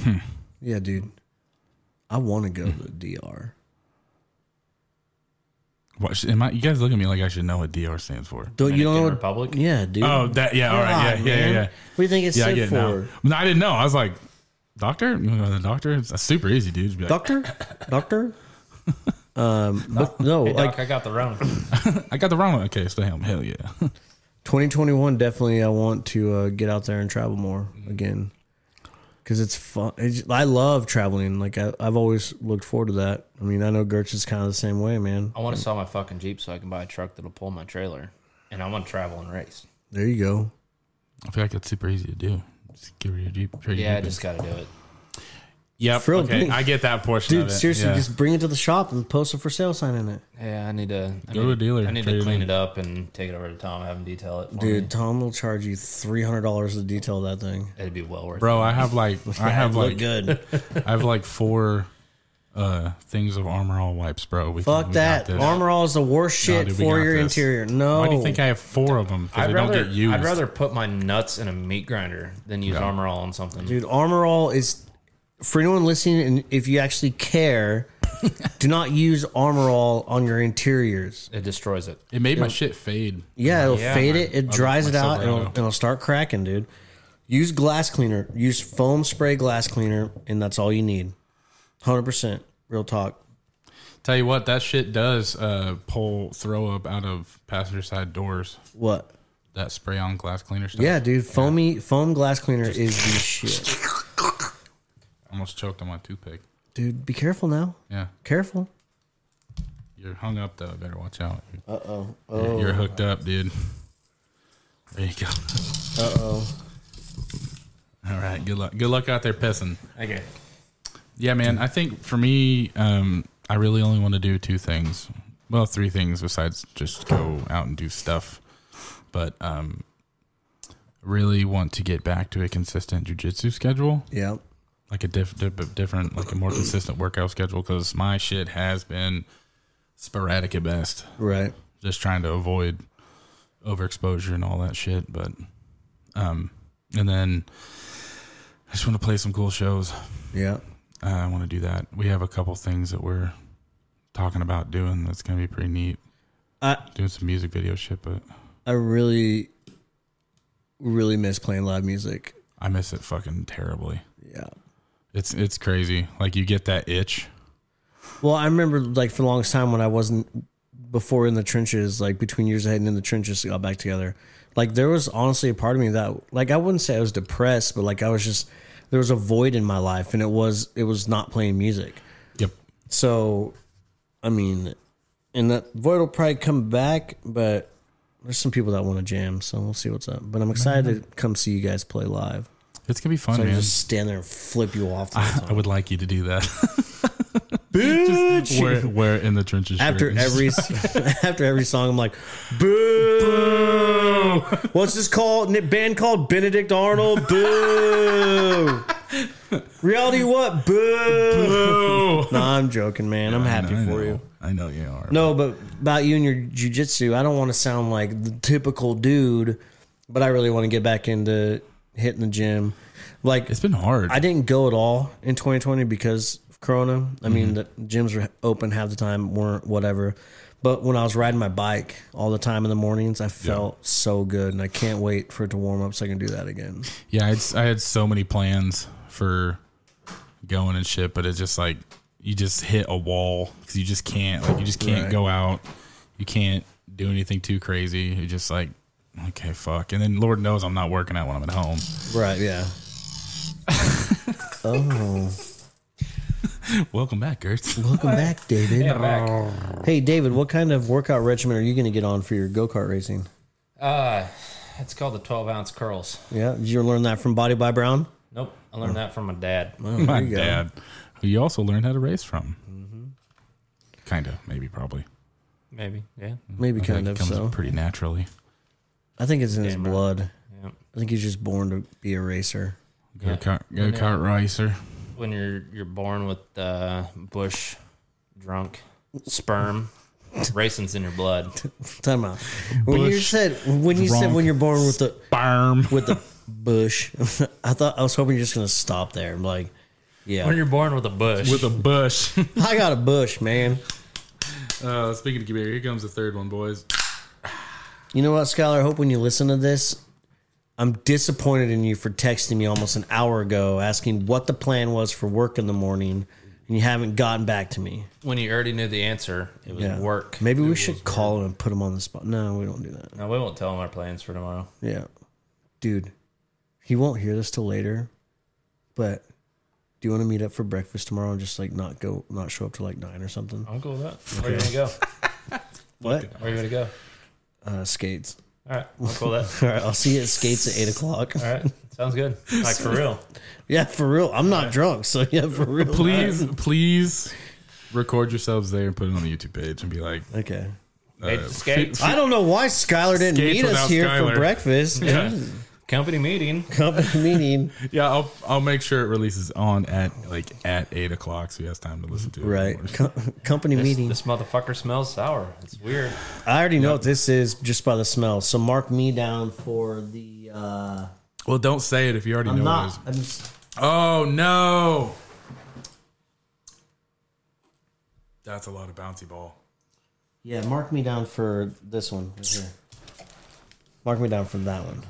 Hmm. Yeah, dude. I want to go to the DR. What, am I, you guys look at me like I should know what DR stands for. Don't you don't know Dominican what- Republic. Yeah, dude. Oh, that yeah, all right, yeah, God, yeah, yeah, man. yeah. What do you think it's Yeah, I stood get it for? now. No, I didn't know. I was like, doctor, you want to go to the doctor? It's it's super easy, dude. Just be like, *laughs* Doctor? Doctor? um, but no, Hey, like Doc, I got the round. I got the wrong one. Okay, stay home. Hell yeah. 2021, definitely I want to uh, get out there and travel more Mm-hmm. again. Because it's fun. It's, I love traveling. Like, I, I've always looked forward to that. I mean, I know Gertz is kind of the same way, man. Oh. I want to sell my fucking Jeep so I can buy a truck that'll pull my trailer. And I want to travel and race. There you go. I feel like that's super easy to do. Just give her your jeep. trade your Yeah, I Jeep in. just got to do it. Yep. For real, okay, dude. I get that portion. Dude, of it. seriously, yeah. just bring it to the shop and post a for sale sign in it. Yeah, I need to I Go need- to a dealer, I need trade to it clean in. it up and take it over to Tom, have him detail it. For Dude, me. Tom will charge you $300 to detail that thing. it'd be well worth. it. bro. I have *laughs* like I have Look like *laughs* good. I have like four uh things of armor all wipes, bro. We Fuck we got that. this. Armor All is the worst shit dude, we for got your this. interior. No. Why do you think I have four of them? Because I'd they rather don't get used. I'd rather put my nuts in a meat grinder than use Armor All on something. Dude, Armor All is for anyone listening, and if you *laughs* actually care, do not use Armor All on your interiors. It destroys it. It made my shit fade. Yeah, it'll Yeah, fade my- it, it dries it my out, and it'll, Silverado. and it'll start cracking, dude. Use glass cleaner. Use foam spray glass cleaner, and that's all you need. 100%. Real talk. Tell you what, that shit does uh pull throw up out of passenger side doors. What? That spray on glass cleaner stuff. Yeah, dude. Foamy foam glass cleaner is the shit. Almost choked on my toothpick. Dude, be careful now. Yeah. Careful. You're hung up though. Better watch out. Uh oh. You're, you're hooked up, dude. There you go. Uh oh. All right. Good luck. Good luck out there pissing. Okay. Yeah, man. I think for me, um, I really only want to do two things. Well, three things besides just go out and do stuff. But um, really want to get back to a consistent jujitsu schedule, Yeah. like a diff- diff- different, like a more consistent workout schedule, because my shit has been sporadic at best. Right. Just trying to avoid overexposure and all that shit. But, um, and then I just want to play some cool shows. Yeah. Uh, I want to do that. We have a couple things that we're talking about doing that's going to be pretty neat. I Doing some music video shit, but I really really miss playing live music. I miss it fucking terribly. Yeah. It's it's crazy. Like you get that itch. Well, I remember like for the longest time when I wasn't before in the trenches, like between years ahead and in the trenches, got back together. Like there was honestly a part of me that like I wouldn't say I was depressed, but like I was just there was a void in my life, and it was it was not playing music. Yep. So, I mean, and that void will probably come back, but there's some people that want to jam, so we'll see what's up. But I'm excited to come see you guys play live. It's gonna be fun, I man. just stand there and flip you *laughs* off. The whole I, *laughs* time. I would like you to do that. *laughs* Just wear, wear it in the trenches. shirt after and just- every *laughs* after every song, I'm like, boo. What's this called? N- Band called Benedict *laughs* Arnold. Boo. Reality what? Boo. Oh, no, I'm joking, man. I'm happy I for know. you. I know you are. No, but about you and your jujitsu, I don't want to sound like the typical dude, but I really want to get back into hitting the gym. Like it's been hard. I didn't go at all in 2020 because of Corona. I mean, the gyms were open half the time, weren't whatever. But when I was riding my bike all the time in the mornings, I felt so good, and I can't wait for it to warm up so I can do that again. Yeah, I had, I had so many plans for going and shit, but it's just like you just hit a wall because you just can't like you just can't Right. go out, you can't do anything too crazy. You're just like, okay, fuck. And then Lord knows I'm not working out when I'm at *laughs* home. Right? Yeah. oh, Welcome back, *laughs* Gertz. welcome back, David. Yeah, back. Oh. Hey, David, what kind of workout regimen are you going to get on for your go kart racing? Uh, it's called the 12 ounce curls. Yeah, did you learn that from Body by Brown? Nope, I learned Oh. that from my dad. My Oh, you go. Mm-hmm. dad, who you also learned how to race from. Kinda, maybe, probably. Maybe, yeah, Mm-hmm. Maybe kind That of. comes So pretty naturally. I think it's in his blood. yeah. I think he's just born to be a racer. *laughs* Go kart, go kart racer. When you're you're born with uh, bush, drunk, sperm, racing's in your blood. Time out. When you Bush, said when you said drunk. when you're born with the Barm. with the *laughs* bush, I thought I was hoping you're just gonna stop there. I'm like, When yeah, you're born with a *laughs* bush, With a *laughs* bush. I got a bush, man. uh, speaking of Kabir, here comes the third one, boys. You know what, Skylar? I hope when you listen to this, I'm disappointed in you for texting me almost an hour ago asking what the plan was for work in the morning, and you haven't gotten back to me. when you already knew the answer, it was Yeah, work. Maybe we should call him and put him on the spot. No, we don't do that. No, we won't tell him our plans for tomorrow. Yeah. Dude, he won't hear this till later, but do you want to meet up for breakfast tomorrow and just like not go, not show up till like nine or something? I'll go with that. Where you gonna What? go? Where you gonna go? Uh, skates. *laughs* All right, I'll call that. All right, I'll see you at skates at eight o'clock. All right, sounds good. Like for real. *laughs* Yeah, for real. I'm not drunk, so yeah, for real. please, please record yourselves there and put it on the YouTube page and be like, Okay. Hey, uh, skate. fi- I don't know why Skylar didn't Skates meet us without here Skylar. for breakfast. Yeah. company meeting. *laughs* Company *laughs* meeting. yeah, I'll I'll make sure it releases on at like at eight o'clock, so he has time to listen to it. in the Right. morning. Co- company meeting. This motherfucker smells sour. It's weird. I already know what this is just by the smell. So mark me down for the. Uh, Well, don't say it if you already I'm know not. what it I'm just, is. Oh no, that's a lot of bouncy ball. Yeah, mark me down for this one. Right here. Mark me down for that one.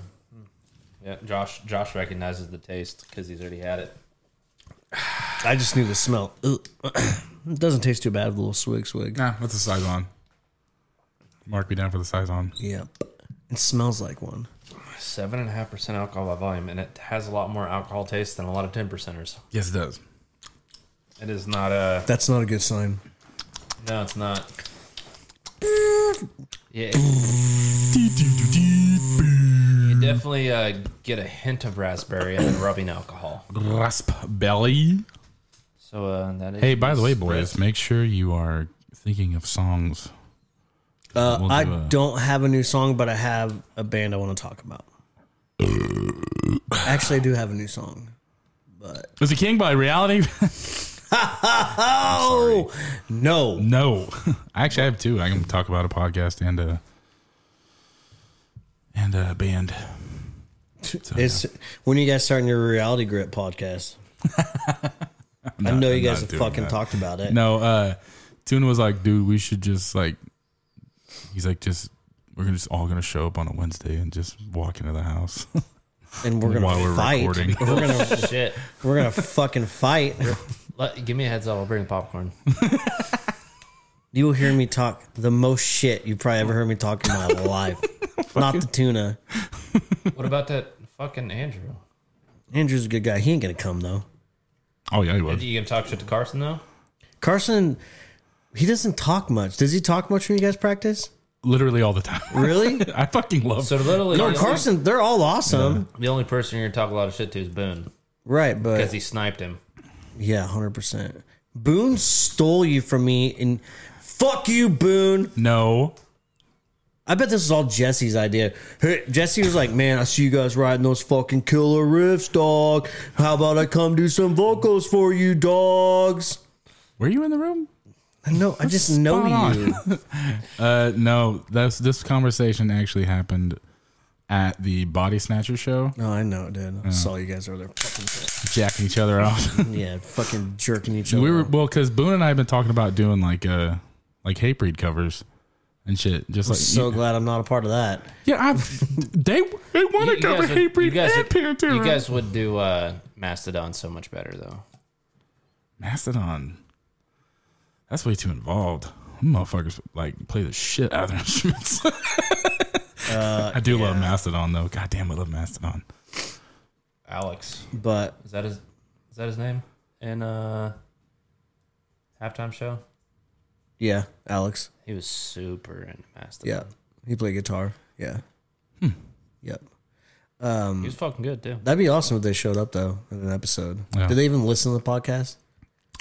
Yeah, Josh. Josh recognizes the taste because he's already had it. I just knew the smell. Ugh. *clears throat* it doesn't taste too bad with a little swig swig. Nah, that's a size on. Mark me down for the size on. Yep. It smells like one. Seven and a half percent alcohol by volume, and it has a lot more alcohol taste than a lot of ten percenters. Yes, it does. It is not a. That's not a good sign. No, it's not. Yeah, you definitely uh, get a hint of raspberry and then rubbing alcohol. Rasp belly. So uh, that is. Hey, by the way, spread. boys, make sure you are thinking of songs. Uh, We'll do I a- don't have a new song, but I have a band I want to talk about. Actually, I do have a new song. Is it King by Reality? *laughs* Oh no! no, *laughs* I actually have two. I can talk about a podcast and a and a band. It's when are you guys starting your reality *laughs* grit podcast. I know you I'm not guys have doing fucking that. talked about it. No, uh Tuna was like, dude, we should just like he's like just we're gonna just all gonna show up on a Wednesday and just walk into the house. *laughs* and we're gonna While we're fight. recording. *laughs* We're gonna Shit. we're gonna fucking fight. Let, give me a heads up. I'll bring the popcorn. You will hear me talk the most shit you probably ever heard me *laughs* talk in my life. Not the tuna. what about that fucking Andrew? Andrew's a good guy. He ain't gonna come though. oh yeah, he would. You gonna talk shit to Carson though? Carson, he doesn't talk much. Does he talk much when you guys practice? Literally all the time. Really? *laughs* I fucking love So literally, the Or only, Carson, they're all awesome. the only person you're gonna talk a lot of shit to is Boone Right, because but he sniped him. yeah, hundred percent. Boone stole you from me and fuck you, Boone. No. I bet this is all Jesse's idea. Hey, Jesse was like, Man, I see you guys riding those fucking killer riffs, dog. How about I come do some vocals for you, dogs? Were you in the room? I know. I just know Spot you. Uh no. That's this conversation actually happened at the Body Snatcher show. No, I know, dude. I saw you guys over there. Fucking, Jacking each other off. yeah, fucking jerking each other. we were well because Boone and I have been talking about doing like uh like hatebreed covers and shit. Just like so glad I'm not a part of that. Yeah, I've, they they want to cover Hatebreed you guys and would, Pantera. you guys would do uh, Mastodon so much better though. Mastodon. That's way too involved. Them Motherfuckers like play the shit out of their *laughs* instruments. Uh, *laughs* I do love Mastodon though. God damn, I love Mastodon. Alex, But is that his? Is that his name? In uh, halftime show, yeah, Alex. he was super into Mastodon. Yeah, he played guitar. Yeah. Hmm. Yep. Um, he was fucking good too. That'd be awesome if they showed up though in an episode. Yeah. Did they even listen to the podcast?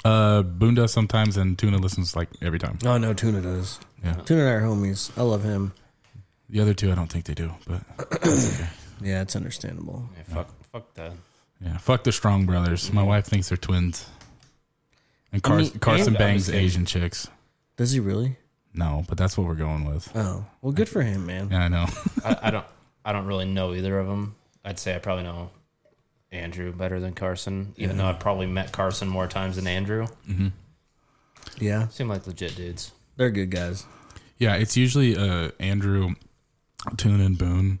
Uh, Boone does sometimes, and Tuna listens like every time. Oh no, Tuna does. Yeah. Tuna and I are homies. I love him. The other two, I don't think they do, but Yeah, it's understandable. Yeah, fuck, fuck that. yeah. Fuck the Strong Brothers. My wife thinks they're twins. And Car- I mean, Carson and- bangs I'm just kidding. Asian chicks. Does he really? No, but that's what we're going with. Oh, well, good for him, man. Yeah, I know. *laughs* I, I don't. I don't really know either of them. I'd say I probably know Andrew better than Carson, even though I probably met Carson more times than Andrew. Yeah, Seem like legit dudes. they're good guys. Yeah, it's usually uh, Andrew, Tune, and Boone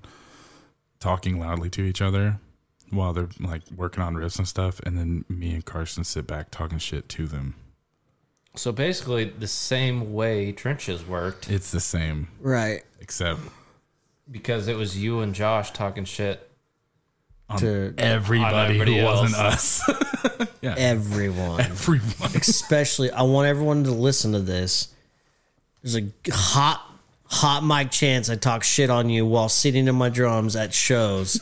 talking loudly to each other while they're like working on riffs and stuff, and then me and Carson sit back talking shit to them. So basically, the same way trenches worked It's the same, Right. except because it was you and Josh talking shit. Um, to everybody, everybody who else. wasn't us, *laughs* everyone. everyone. especially I want everyone to listen to this. There's a hot, hot mic chance I talk shit on you while sitting in my drums at shows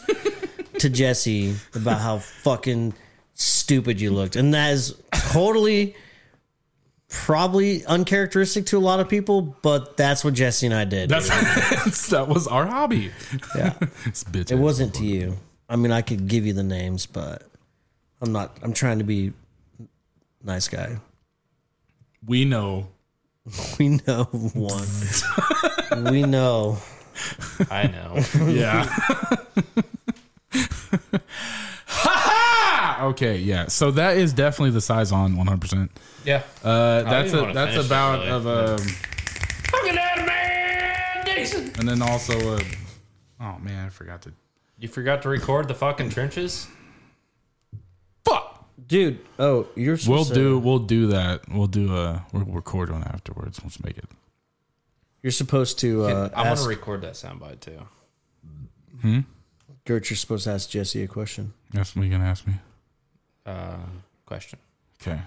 to Jesse about how fucking stupid you looked. And that is totally probably uncharacteristic to a lot of people, but that's what Jesse and I did. That's, that was our hobby. *laughs* yeah. It's bitch. It wasn't to you. I mean, I could give you the names, but I'm not I'm trying to be nice guy. We know. We know one. *laughs* we know. I know. Yeah. *laughs* Okay, yeah. So that is definitely the size on 100%. yeah. Uh, that's didn't a wanna that's finish about it, of really. um, Fucking that man, Jason. and then also uh oh man, I forgot to You forgot to record the fucking trenches. fuck. Dude, oh, you're supposed We'll to, do we'll do that. We'll do a we'll record one afterwards. Let's make it. You're supposed to uh I want ask to record that soundbite too. Gert, you're supposed to ask Jesse a question. That's what you gonna ask me. Uh, question. Okay.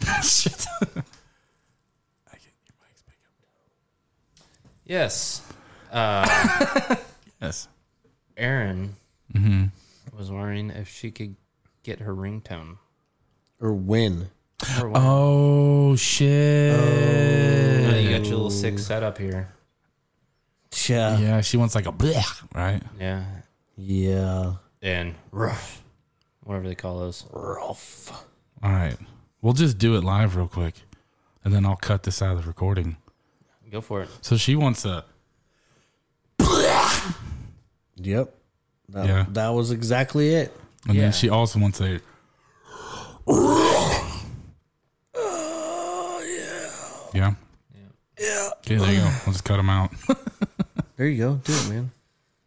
*laughs* Yes, Yes. Mm-hmm. Aaron was wondering if she could get her ringtone. Or when? Or what? Oh shit! you got your little sick setup here. Yeah. Yeah, she wants like a blech, right? Yeah. Yeah. And rough. Whatever they call those. Rough. All right, we'll just do it live real quick, and then I'll cut this out of the recording. Go for it. So she wants a Yep. That, Yeah. that was exactly it. And Yeah. then she also wants a. Oh, yeah. Yeah. Okay, there you go. Let's cut them out. *laughs* There you go. Do it, man.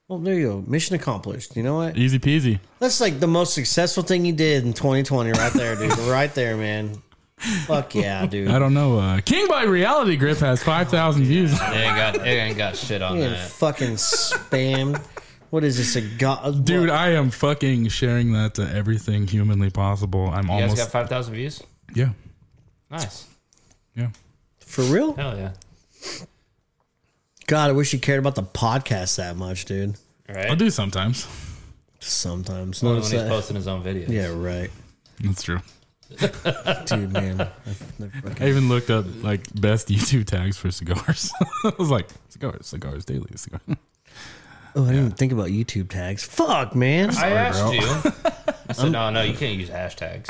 Well, there you go. Mission accomplished. You know what? Easy peasy. That's like the most successful thing you did in 2020, right *laughs* there, dude. right there, man. Fuck yeah, dude. I don't know. Uh, King by Reality Grip has 5,000 views. It ain't got, it ain't got shit on Being that. fucking spammed. What is this? A god, Dude, I am fucking sharing that to everything humanly possible. I'm You guys almost. got 5,000 views? yeah. Nice. Yeah. for real? Hell yeah. God, I wish you cared about the podcast that much, dude. All right. I do sometimes. Sometimes, Only Notice when he's that- posting his own videos. yeah, right, That's true. dude, *laughs* man. I've never I fucking- even looked up like best YouTube tags for cigars. *laughs* I was like, cigars, cigars, daily, cigar. Oh, I didn't even think about YouTube tags. Fuck, man. I, I *laughs* asked you. I said, "Oh, no, no, you can't *clears throat* use hashtags.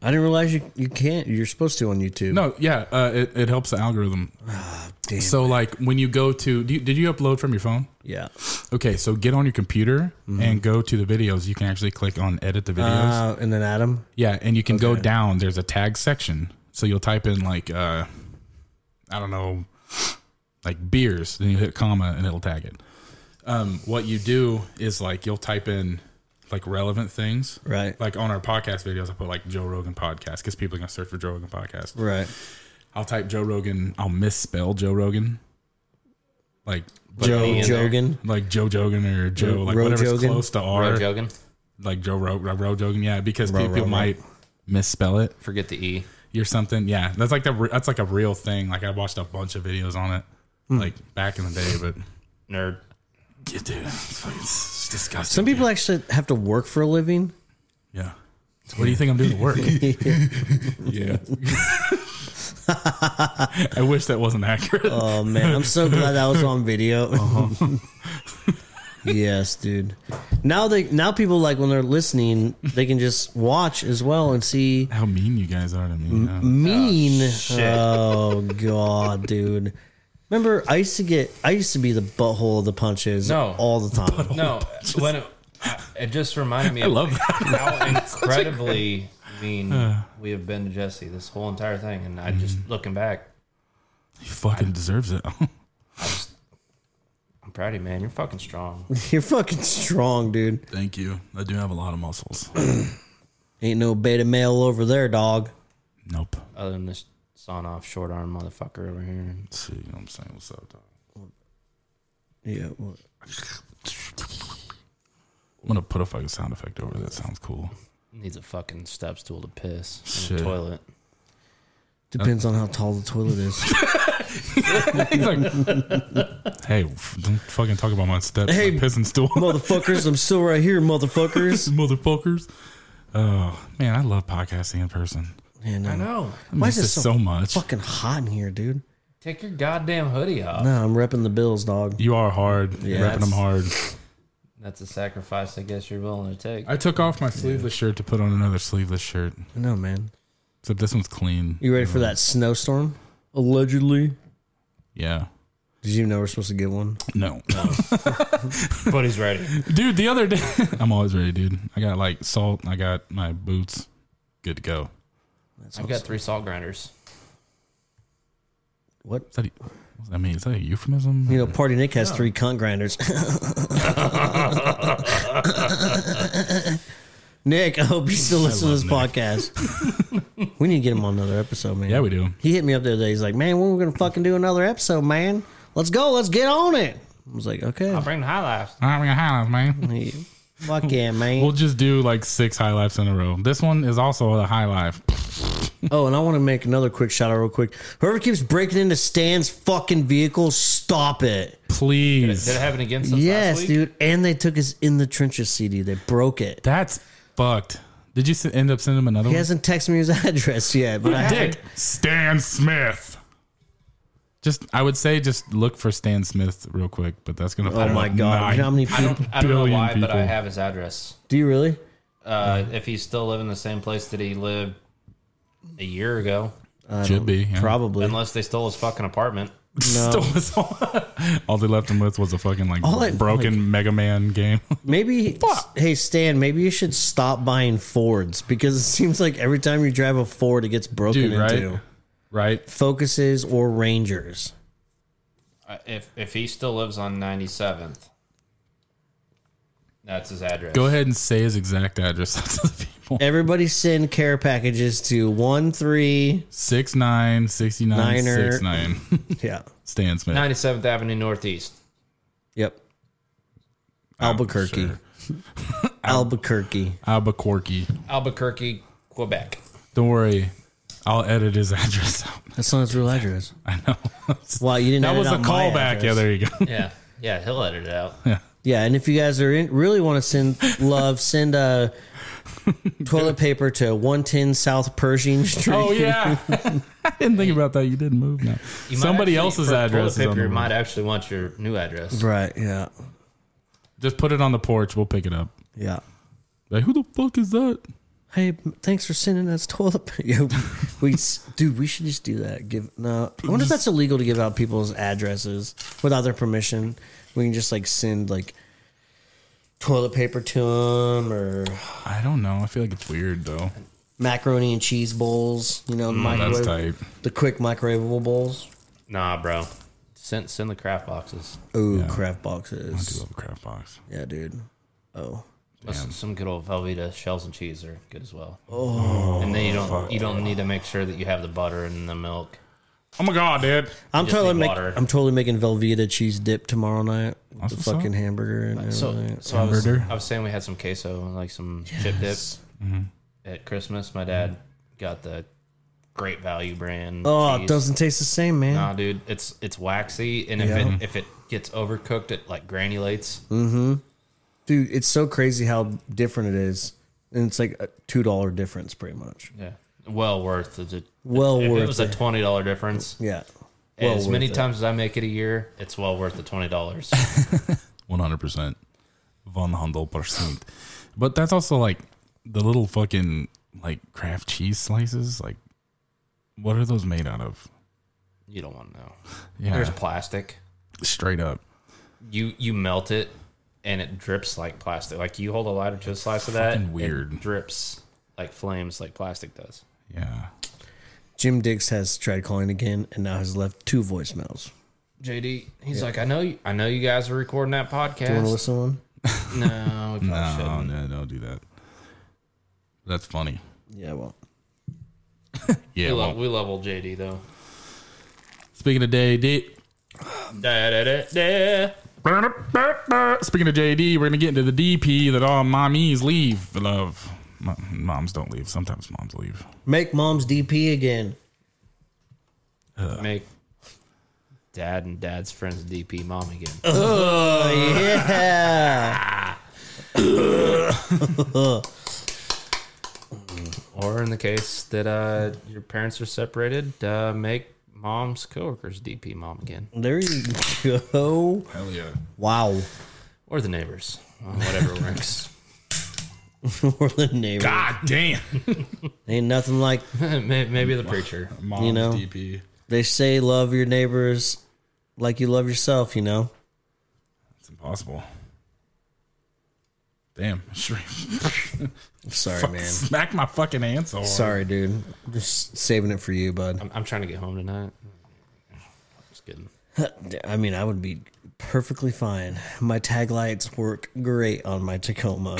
didn't realize you, you can't. You're supposed to on YouTube. No, yeah, uh, it, it helps the algorithm. damn. so, like, when you go to, do you, did you upload from your phone? Yeah. Okay, so get on your computer and go to the videos. You can actually click on edit the videos. Uh, and then Adam. yeah, and you can go down. There's a tag section. So you'll type in like uh I don't know like beers, then you hit comma and it'll tag it. Um what you do is like you'll type in like relevant things. Right. Like on our podcast videos, I put like Joe Rogan podcast because people are gonna search for Joe Rogan podcast. Right. I'll type Joe Rogan. I'll misspell Joe Rogan, like Joe me in there. Jogan. like Joe Jogan or Joe, like Ro whatever's Jogan? close to R. Bro, joking. like Joe Ro- Ro- Ro Jogan, yeah, because Ro- people Ro- Ro. might misspell it Forget the E. or something. Yeah, that's like the re- that's like a real thing. Like I watched a bunch of videos on it, Hmm. like back in the day. But Nerd. yeah, dude, it's, fucking, it's disgusting. Some people actually have to work for a living. yeah. So what do you think I'm doing to work? *laughs* yeah. *laughs* I wish that wasn't accurate. Oh man, *laughs* I'm so glad that was on video. Uh-huh. *laughs* yes, dude. Now they now people like when they're listening, they can just watch as well and see How mean you guys are to me. yeah. mean. Oh, shit. Uh, Oh, god, dude. Remember, I used to get I used to be the butthole of the punches No. all the *laughs* time. No, when it, it just reminded me. I love *laughs* of how incredibly mean Uh. we have been to Jesse this whole entire thing, and I just Mm-hmm. looking back, He fucking deserves it. *laughs* I'm proud of you, man. You're *laughs* fucking strong. *laughs* You're fucking strong, dude. Thank you. I do have a lot of muscles. Ain't no beta male over there, dog. nope. Other than this sawn off short arm motherfucker over here. Let's see, you know what I'm saying? What's up, dog? Yeah. well, I'm gonna put a fucking sound effect over that. Sounds cool. Needs a fucking step stool to piss in Shit. the toilet. Depends on how tall the toilet is. Hey, f- don't fucking talk about my steps. Hey. Hey, pissing stool, motherfuckers, I'm still right here, *laughs* motherfuckers. motherfuckers. Oh man, I love podcasting in person. And, um, know. Why I is miss it it so so much. fucking hot in here, dude. Take your goddamn hoodie off. No, I'm repping the Bills, dog. You are hard. Yeah, You're repping them hard. That's a sacrifice I guess you're willing to take. I took off my sleeveless shirt to put on another sleeveless shirt. I know, man. Except this one's clean. You ready for that snowstorm? Allegedly. Yeah. Did you know we're supposed to get one? No. but he's ready. *laughs* dude, the other day *laughs* I'm always ready, dude. I got like salt. I got my boots. Good to go. I've got three salt grinders. What? Is that? A, what's- I mean, is that a euphemism? You know, Party Nick has three *laughs* cunt grinders. Nick, I *laughs* hope you still listen to this podcast. we need to get him on another episode, man. Yeah, we do. He hit me up the other day. He's like, man, when are we going to fucking do another episode, man? Let's go. Let's get on it. I was like, okay. I'll bring the high life. I'm gonna highlights, *laughs* man. Yeah. *laughs* Fuck yeah, man. We'll just do like six high lifes in a row. This one is also a high life. Oh, and I want to make another quick shout out, real quick. Whoever keeps breaking into Stan's fucking vehicle, stop it. Please. Did it happen again since last yes, week? dude. And they took his in the trenches CD. They broke it. That's fucked. Did you s- end up sending him another He one? hasn't texted me his *laughs* address yet, but I Dick. Stan Smith. Just, I would say, just look for Stan Smith real quick, but that's gonna. Oh pop my up god! nine- You know how I many people? don't, I don't know Billion why, but I people. have his address. Do you really? Uh, if he's still living the same place that he lived a year ago, should be yeah. *laughs* Probably. unless they stole his fucking apartment. Stole his whole- All they left him with was a fucking like All I- broken Mega Man game. *laughs* Maybe. Fuck. Hey Stan, maybe you should stop buying Fords because it seems like every time you drive a Ford, it gets broken Dude, right? into. right? Focuses or Rangers. Uh, If if he still lives on 97th, that's his address. Go ahead and say his exact address *laughs* out to the people. Everybody send care packages to one three. Six nine sixty nine Niner. six nine. Yeah. Stan Smith. 97th Avenue Northeast. Yep. I'm Albuquerque. sure. *laughs* Albuquerque. Albuquerque. Albuquerque, Quebec. Don't worry, I'll edit his *laughs* address out. That's not his real address. I know. Wow, you didn't. that edit was a out my callback. address. Yeah, there you go. *laughs* Yeah. Yeah, he'll edit it out. Yeah, and if you guys are in, really want to send love, send uh, toilet paper to 110 South Pershing Street. Oh yeah, *laughs* I didn't think about that. You didn't move now. You might Somebody actually- else's for toilet address. Is on Paper, the you might wall. actually want your new address. Right, yeah. Just put it on the porch. We'll pick it up. Yeah. Like, who the fuck is that? Hey, thanks for sending us toilet *laughs* paper. we, s- dude, we should just do that. Give no. I wonder if that's illegal to give out people's addresses without their permission. We can just like send like toilet paper to them or I don't know. I feel like it's weird though. macaroni and cheese bowls. You know, the Mm, That's microwave, tight. the quick microwavable bowls. Nah, bro. Send send the craft boxes. Ooh, Yeah. craft I do boxes. love a craft box. Yeah, dude. Oh. Some, some good old Velveeta shells and cheese are good as well. Oh, and then you don't you don't need to make sure that you have the butter and the milk. Oh my god, dude! You I'm just totally need make, water. I'm totally making Velveeta cheese dip tomorrow night. with That's the what's up. fucking hamburger and So, everything. so I was Hamburger. I was saying we had some queso and like some chip dips Mm-hmm. at Christmas. My dad got the Great Value brand. oh, it cheese. doesn't taste the same, man. Nah, dude, it's it's waxy, and if it if it gets overcooked, it like granulates. Mm. Dude, it's so crazy how different it is. And it's like a two dollar difference pretty much. Yeah, well worth it. Well if It worth was a it. twenty dollar difference. Yeah. as worth many it. times as I make it a year, it's well worth the twenty *laughs* dollars. One hundred percent. One hundred percent. But that's also like the little fucking like craft cheese slices. Like, what are those made out of? you don't want to know. Yeah, There's plastic. straight up. You you melt it, and it drips like plastic. Like you hold a lighter to a slice of that, Fucking it weird. drips like flames, like plastic does. Yeah. Jim Diggs has tried calling again and now has left two voicemails. JD, he's like, I know you. I know you guys are recording that You wanna podcast. listen to one? No, *laughs* we probably No, shouldn't. Oh, no, don't do that. That's funny. Yeah, well. Yeah. We well, love, we love old JD though. speaking of JD, Da, da, da, da. speaking of JD, we're gonna get into the DP that all mommies leave for love. Mo- Moms don't leave. Sometimes moms leave. Make mom's *laughs* DP again. Uh. Make dad and dad's friends DP mom again. Oh yeah. Or in the case that uh, your parents are separated, uh, make mom's coworkers DP mom again, there you go. Hell yeah. Wow. *laughs* or the neighbors, Uh, whatever *laughs* works. Or the neighbor. God damn. Ain't nothing like *laughs* May- Maybe the preacher. Mom's You know? DP. they say love your neighbors like you love yourself, you know? It's impossible. Damn, *laughs* Shreve. Sorry, man. Smack my fucking hand so hard. *laughs* Sorry, dude. Just saving it for you, bud. *laughs* I'm, I'm trying to get home tonight. Just kidding. I mean, I would be perfectly fine. My tag lights work great on my Tacoma.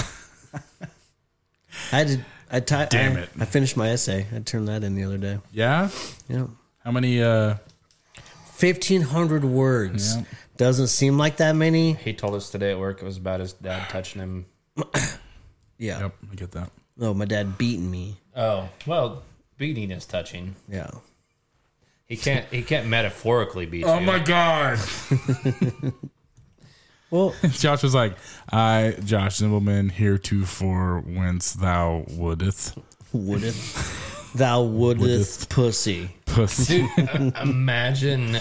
I did. I ti- Damn I- it. I finished my essay. I turned that in the other day. Yeah? Yeah. How many uh Fifteen hundred words Yeah. doesn't seem like that many. He told us today at work it was about his dad touching him. Yeah. Yep, I get that. Oh, my dad beating me. Oh well, beating is touching. Yeah. Oh Oh He can't. He can't metaphorically beat you. god. Well, *laughs* Josh was like, I, Josh Zimbelman, heretofore whence thou wouldest. wouldeth thou wouldeth pussy. Pussy. *laughs* Dude, i- imagine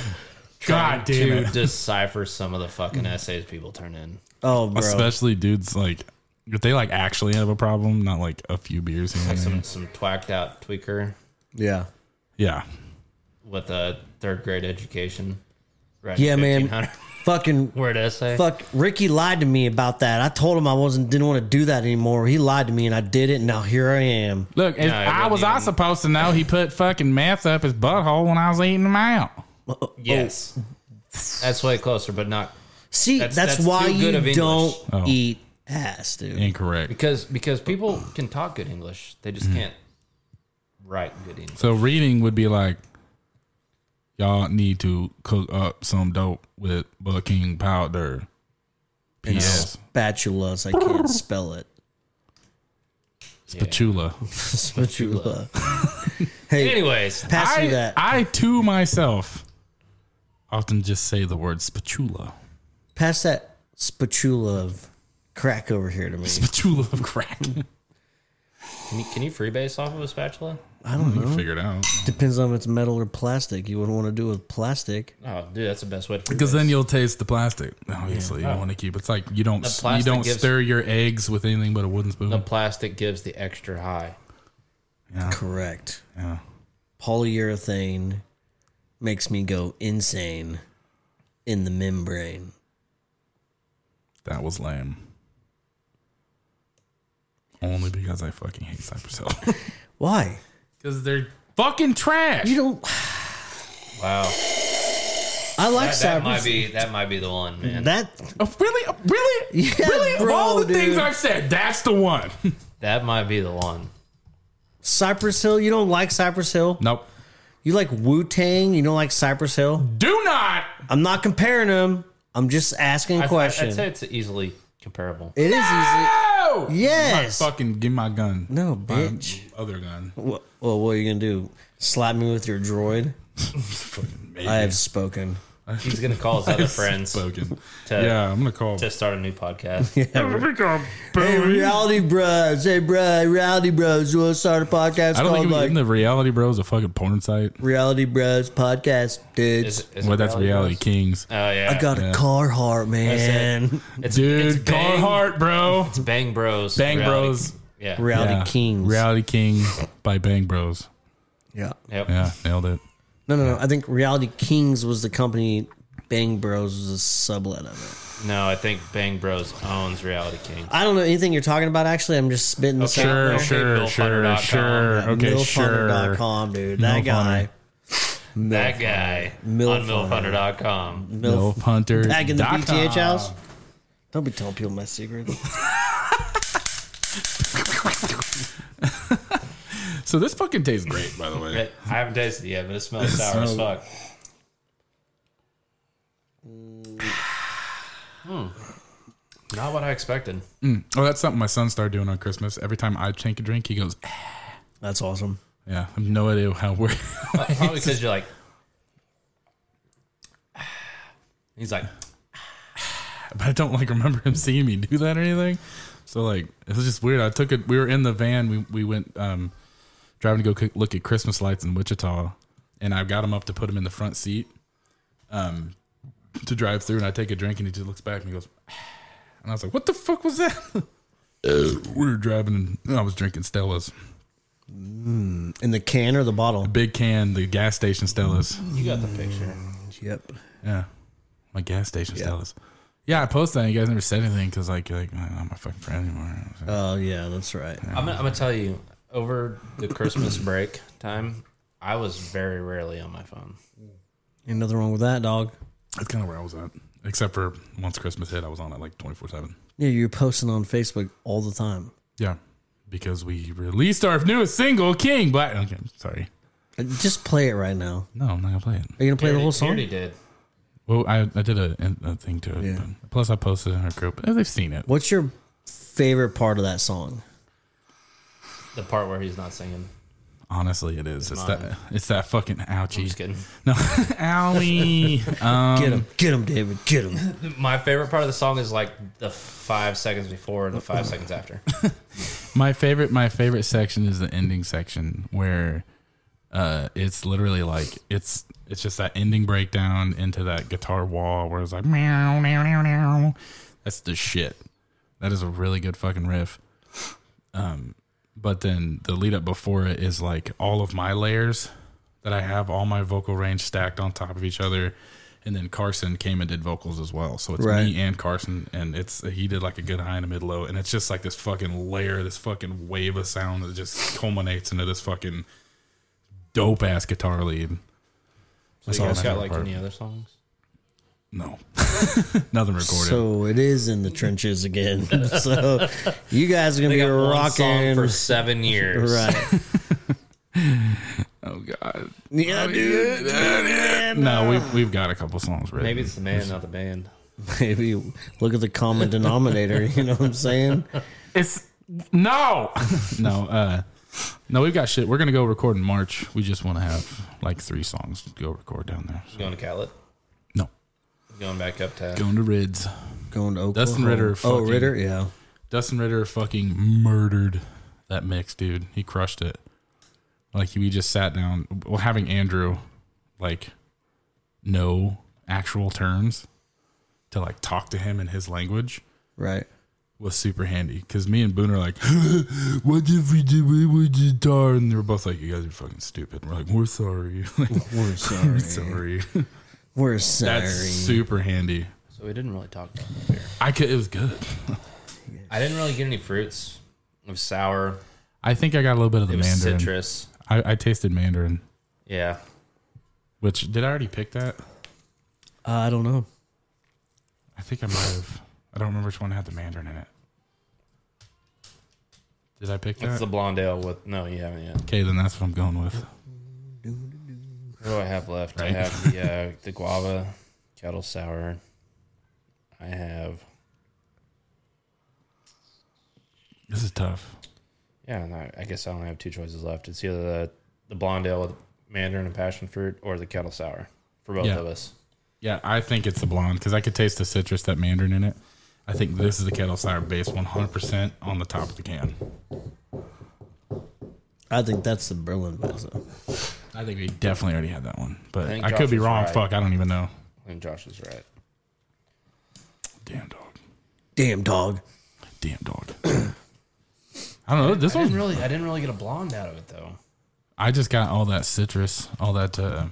trying God damn to it. decipher some of the fucking essays people turn in. Oh, bro. Especially dudes like, if they like actually have a problem, not like a few beers. here and there. Some some twacked out tweaker yeah. Yeah. with a third grade education. Right? Yeah, man. Fucking *laughs* Word essay. fuck. Ricky lied to me about that. I told him I wasn't didn't want to do that anymore. He lied to me, and I did it. And now here I am. Look, if No, it I was wasn't I even- supposed to know he put fucking meth up his butthole when I was eating him out. Uh, Yes. That's way closer, but not See, that's, That's- that's why too good of you English. don't Oh. eat ass, dude. Incorrect. because because people can talk good English. They Mm-hmm. just can't write good English. So reading would be like, y'all need to cook up some dope with bucking powder. P.S. Spatulas. I can't spell it. Spatula. Spatula. hey, Anyways, pass me I, that. I to myself often just say the word spatula. pass that spatula of crack over here to me. Spatula of crack. can you, can you freebase off of a spatula? I don't know. Figure it out. Depends on if it's metal or plastic. You wouldn't want to do it with plastic. Oh, dude, that's the best way to Because freebase. then you'll taste the plastic. Obviously, Oh. you want to keep. It's like you don't you plastic don't gives- stir your eggs with anything but a wooden spoon. the plastic gives the extra high. Correct. Yeah. Polyurethane makes me go insane in the membrane. That was lame. Only because I fucking hate Cypress *laughs* Hill. Why? Because they're fucking trash. You don't. Wow, I like that, that cyber. might be that might be the one, man. that Oh, really, Oh, really, Yeah, really. Of bro, all the things dude. I've said, that's the *laughs* one. that might be the one. Cypress Hill. You don't like Cypress Hill. nope. You like Wu Tang. You don't like Cypress Hill. Do not. I'm not comparing them. I'm just asking a I, question. I'd say it's easily comparable. it is easy. No. Yes. Fucking give me my gun. No, My bitch. Other gun. Well, well, what are you gonna do? Slap me with your droid? I have spoken. He's gonna call *laughs* his other friends *laughs* Spoken. to Yeah, I'm gonna call. to start a *laughs* new podcast. Hey, Hey, reality bros. Hey, bro, reality bros. You want to start a podcast I don't called think like even the Reality Bro is a fucking porn site. Reality Bros Podcast, dudes. Is- is well, it that's Reality Bros? Kings. Uh, Oh yeah, I got a Carhartt, man. it's, Dude, it's bang, Carhartt, bro. Bang Bros, Bang reality. Bros. Yeah, Reality Yeah. Kings. Reality King by Bang Bros. *laughs* yeah. Yep. Yeah, nailed it. No, no, no. I think Reality Kings was the company. Bang Bros was a sublet of it. No, I think Bang Bros owns Reality King. I don't know anything you're talking about. Actually, I'm just spitting this out. Sure, Okay, sure, sure, MilfHunter.com. sure. Okay, sure. MilfHunter.com, dude. That Milf guy. Hunter. That guy Milf on MilfHunter.com. Milf. Milf Hunter. Back in the dot com. BTH house. Don't be telling people my secrets. So this fucking tastes great, by the Mm-hmm. way. It- I haven't tasted it yet, but it smells sour as fuck. *sighs* Hmm. Not what I expected. Oh, that's something my son started doing on Christmas. Every time I drink a drink, he goes, *laughs* That's awesome. "Yeah, I have no idea how we're." Probably because you're like. *sighs* He's like, but *laughs* I don't like remember him seeing me do that or anything. So like it was just weird. I took it. We were in the van. We we went um, driving to go cook, look at Christmas lights in Wichita, and I got him up to put him in the front seat, um, to drive through. And I take a drink, and he just looks back and he goes, *sighs* and I was like, "What the fuck was that?" *laughs* we were driving, and I was drinking Stella's In the can or the bottle? big can, the gas station Stella's. you got the picture. Mm-hmm. Yep. Yeah, my gas station Stella's. Yeah, I posted that. And you guys never said anything because like you're like I'm not my fucking friend anymore. Oh yeah, that's right. I'm gonna, I'm gonna tell you over the Christmas break time, I was very rarely on my phone. Ain't nothing wrong with that, dog. That's kind of where I was at. Except for once Christmas hit, I was on it like 24 7. Yeah, you're posting on Facebook all the time. Yeah. Because we released our newest single, King Black. Okay, sorry. Uh, Just play it right now. No, I'm not going to play it. Are you gonna play the He whole already- he song? already did. Well, I, I did a, a thing to it. Yeah. but- plus, I posted it in our group. Oh, They've seen it. What's your favorite part of that song? The part where he's not singing. Honestly, it is. It's, that. It's that fucking ouchie. Just kidding. No, *laughs* owie. Um, Get him, get him, David, get him. My favorite part of the song is like the five seconds before and *clears throat* the five seconds after. my favorite my favorite section is the ending section where uh it's literally like it's it's just that ending breakdown into that guitar wall where it's like meow meow meow meow that's the shit that is a really good fucking riff um but then the lead up before it is like all of my layers that I have all my vocal range stacked on top of each other and then Carson came and did vocals as well so it's Right. me and Carson, and it's he did like a good high and a mid low, and it's just like this fucking layer, this fucking wave of sound that just culminates into this fucking dope ass guitar lead. So That's you all guys my got favorite like part. any other songs? No, *laughs* nothing recorded. So it is in the trenches again. so you guys are gonna They be got one song rocking, *laughs* for seven years. *laughs* right? oh god, *laughs* Yeah, dude. no, we've we've got a couple songs written. Maybe it's the man, not the band. Maybe look at the common denominator. You know what I'm saying? it's no, *laughs* no, uh, no. We've got shit. We're gonna go record in March. We just want to have like three songs to go record down there. Going to Calet. No, Going back up to going to Rids. Going to Oklahoma. Dustin Ritter Oh, fucking- Ritter. Yeah. Dustin Ritter fucking murdered that mix, dude. He crushed it. Like we just sat down, well, having Andrew like know actual terms to like talk to him in his language Right. was super handy. Because me and Boone are like, *laughs* "What if we did? We would did tar?" And they were both like, "You guys are fucking stupid." And we're like, "We're sorry, *laughs* like, We're sorry. sorry." We're sorry. That's super handy. So we didn't really talk about that beer. I could. It was good. I didn't really get any fruits. It was sour. I think I got a little bit of the It was mandarin. citrus. I, I tasted mandarin. Yeah. Which did I already pick that? Uh, I don't know. I think I might have. I don't remember which one had the Mandarin in it. Did I pick It's that? the blonde ale with no, you haven't yet. okay, then that's what I'm going with. What do I have left? Right. I have the uh, the guava kettle sour. I have This is tough. yeah. And I, I guess I only have two choices left. It's either the the blonde ale with mandarin and passion fruit, or the kettle sour for both Yeah. of us. Yeah, I think it's the blonde because I could taste the citrus that Mandarin in it. I think this is the kettle sour based 100% on the top of the can. I think that's the Berlin Weisse. I think we definitely already had that one, but I think I, Josh could be was wrong. right. Fuck, I don't even know. I think Josh is right. Damn dog. Damn dog. Damn dog. *coughs* I don't know. This I one's didn't really. I didn't really get a blonde out of it though. I just got all that citrus, all that uh,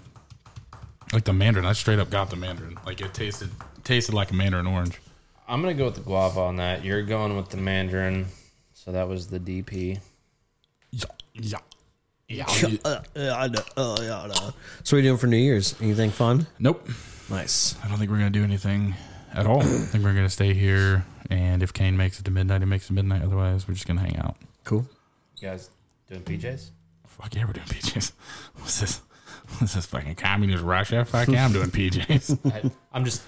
like the mandarin. I straight up got the mandarin. Like it tasted tasted like a mandarin orange. I'm gonna go with the guava on that. You're going with the mandarin, so that was the DP. Yeah, yeah, Uh, *laughs* uh, uh, uh, uh. So what are you doing for New Year's? Anything fun? Nope. Nice. I don't think we're gonna do anything at all. I think we're gonna stay here, and if Kane makes it to midnight, he makes it to midnight. Otherwise, we're just gonna hang out. Cool. You guys doing PJs? Fuck yeah, we're doing PJs. *laughs* What's this? What's this fucking communist Russia? Fuck yeah, I'm doing *laughs* PJs. I, I'm just,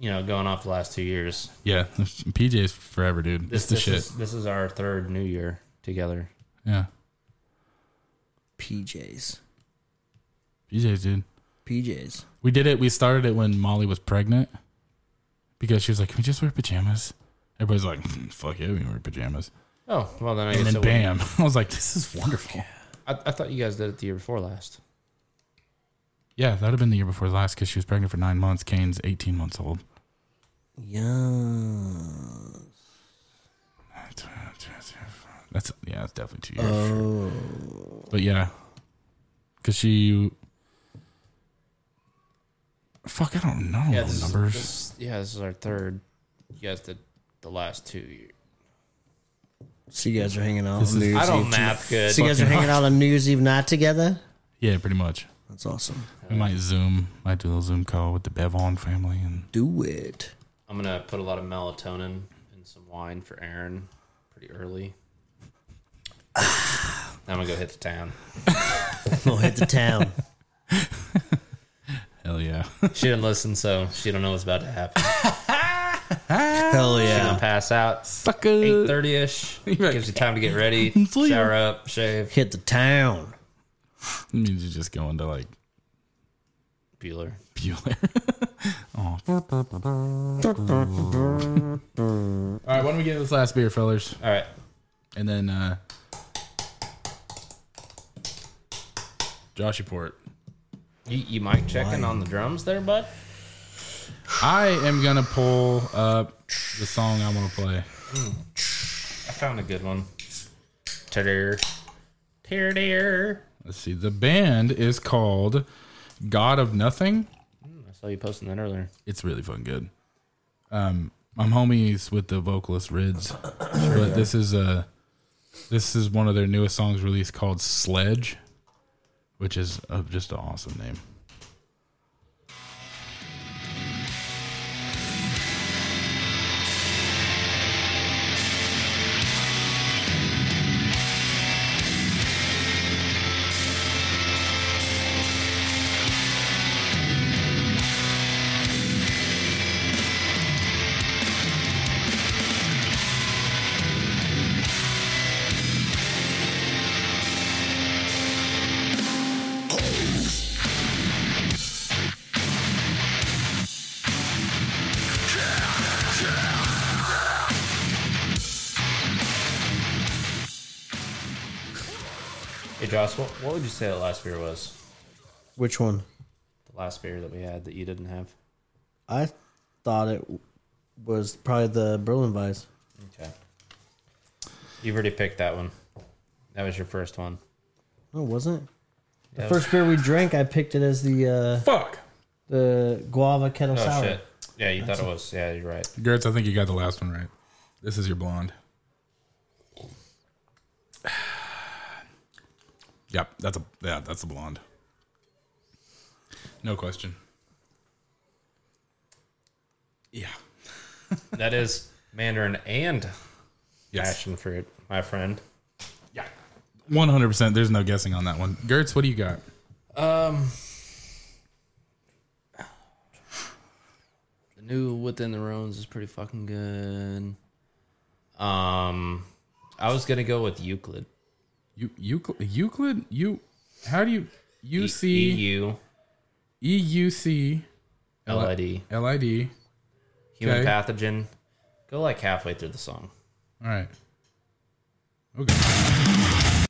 you know, going off the last two years. yeah, PJs forever, dude. This, it's the this shit. Is, this is our third New Year together. yeah, PJs. PJs, dude. PJs. We did it. We started it when Molly was pregnant because she was like, "Can we just wear pajamas?" Everybody's like, "Hmm, "Fuck yeah, we can wear pajamas." Oh, well, then I And guess then it bam, *laughs* I was like, "This is wonderful." I, I thought you guys did it the year before last. Yeah, that'd have been the year before last because she was pregnant for nine months. Kane's eighteen months old. Yeah. That's yeah, that's definitely two years. Uh, Oh. But yeah, because she. Fuck, I don't know Yeah, the this numbers. Is, this, yeah, this is our third. You guys did the last two years. So you guys are hanging out This on is- New Year's I don't Eve. math good. so you guys are fucking hanging out on New Year's Eve night together? yeah, pretty much. That's awesome. We might Zoom, might do a little Zoom call with the Bevon family and Do it. I'm gonna put a lot of melatonin and some wine for Aaron pretty early. I'm gonna go hit the town. We'll hit the town. hell yeah. She didn't listen, so she don't know what's about to happen. *laughs* Hell She's gonna yeah. pass out. Sucker. Eight thirty ish *laughs* right. gives you time to get ready, *laughs* Sleep. shower up, shave. Hit the town. It means you just go into like Bueller. Bueller. oh. All right, why don't we get this last beer, fellas? All right. And then uh Joshiport. You, you mic checking on the drums there, bud? I am gonna pull up the song I wanna play. I found a good one. Tear, tear, tear. Let's see. The band is called God of Nothing. I saw you posting that earlier. It's really fucking good. Um, I'm homies with the vocalist Rids, but this is a this is one of their newest songs released called Sledge, which is uh just an awesome name. Hey, Josh, what, what would you say the last beer was? Which one? The last beer that we had that you didn't have? I thought it w- was probably the Berlin Vice. Okay. You've already picked that one. That was your first one. No, it wasn't. The That was- first beer we drank, I picked it as the uh, Fuck, the guava kettle Oh, sour. shit. Yeah, you thought it was. Yeah, you're right. Gertz. I think you got the last one right. This is your blonde. *sighs* Yep, that's a yeah, that's a blonde. No question. Yeah, That is Mandarin and yes, passion fruit, my friend. yeah, one hundred percent. There's no guessing on that one. Gertz, what do you got? Um, the new Within the Rones is pretty fucking good. Um, I was gonna go with Euclid. You Euclid Euclid you how do you U E, C EU E U C LID L I D. human Okay. pathogen. Go like halfway through the song. All right. Okay.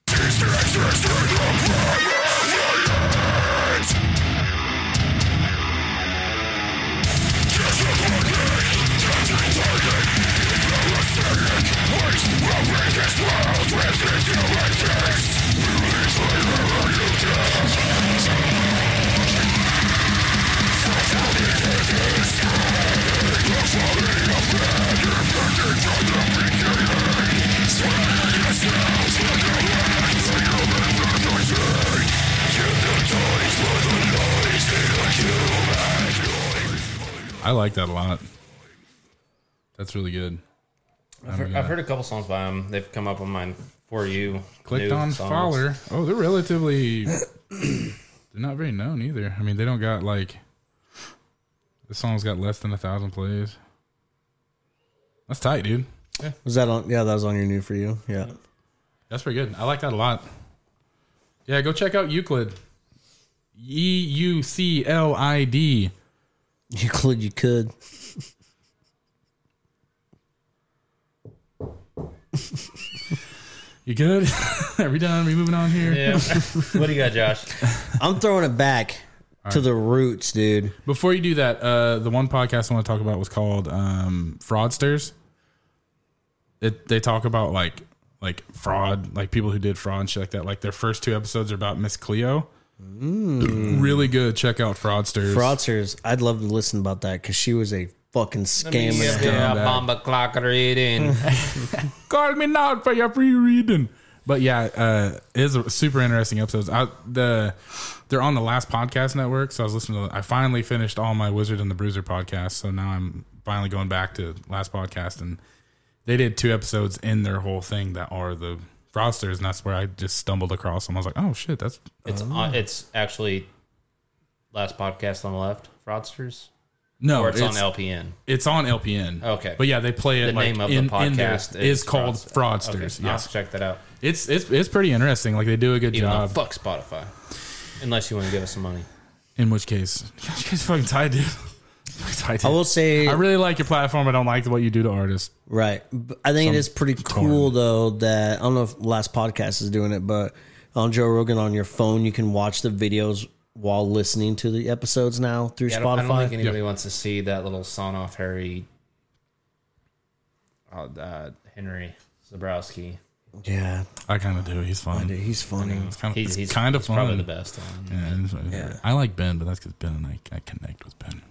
I like that a lot. That's really good. I've heard, I've heard a couple songs by them. They've come up on mine for you. Clicked new on songs. Fowler. Oh, they're relatively they're not very known either. I mean, they don't got like the song's got less than a thousand plays. That's tight, dude. Was that on? Yeah, that was on your new for you. Yeah. That's pretty good. I like that a lot. Yeah, go check out Euclid. E U C L I D. You could. You could. You good? *laughs* Are we done? Are we moving on here? *laughs* Yeah. what do you got, Josh? I'm throwing it back to the roots, dude. Before you do that, uh, the one podcast I want to talk about was called um, Fraudsters. It, they talk about like like fraud, like people who did fraud and shit like that. Like their first two episodes are about Miss Cleo. Really good. Check out Fraudsters. Fraudsters. I'd love to listen about that because she was a fucking scammer. you. Yeah, back. bomba *laughs* clock reading. call me now for your free reading. But yeah, uh, it is a super interesting episodes. I, the they're on the last podcast network, so I was listening to. I finally finished all my Wizard and the Bruiser podcast, so now I'm finally going back to last podcast, and they did two episodes in their whole thing that are the fraudsters, and that's where I just stumbled across them. I was like, oh shit, that's It's Oh. on, it's actually last podcast on the left, fraudsters, no, or it's, on LPN. it's on LPN. Okay. but yeah, they play it. The like, name of in, the in there podcast is called Fraudst- Fraudsters. Okay, I'll Yes, check that out. it's it's it's pretty interesting. Like they do a good Even job. though fuck Spotify. Unless you want to give us some money. In which case, *laughs* you guys fucking tied, dude. Fucking tied, I dude. will say, I really like your platform. I don't like what you do to artists. right. But I think it is pretty cool, though, that I don't know if last podcast is doing it, but on Joe Rogan on your phone, you can watch the videos while listening to the episodes now through Yeah, I, don't, I Spotify. don't think anybody wants to see that little son off Harry uh, uh, Henry Zabrowski. yeah, I kind of do. He's fun. dude, he's funny. It's kind of, He's, it's he's kind of he's fun. probably the best one. Yeah, it's my favorite. I like Ben, but that's because Ben and I, I connect with Ben.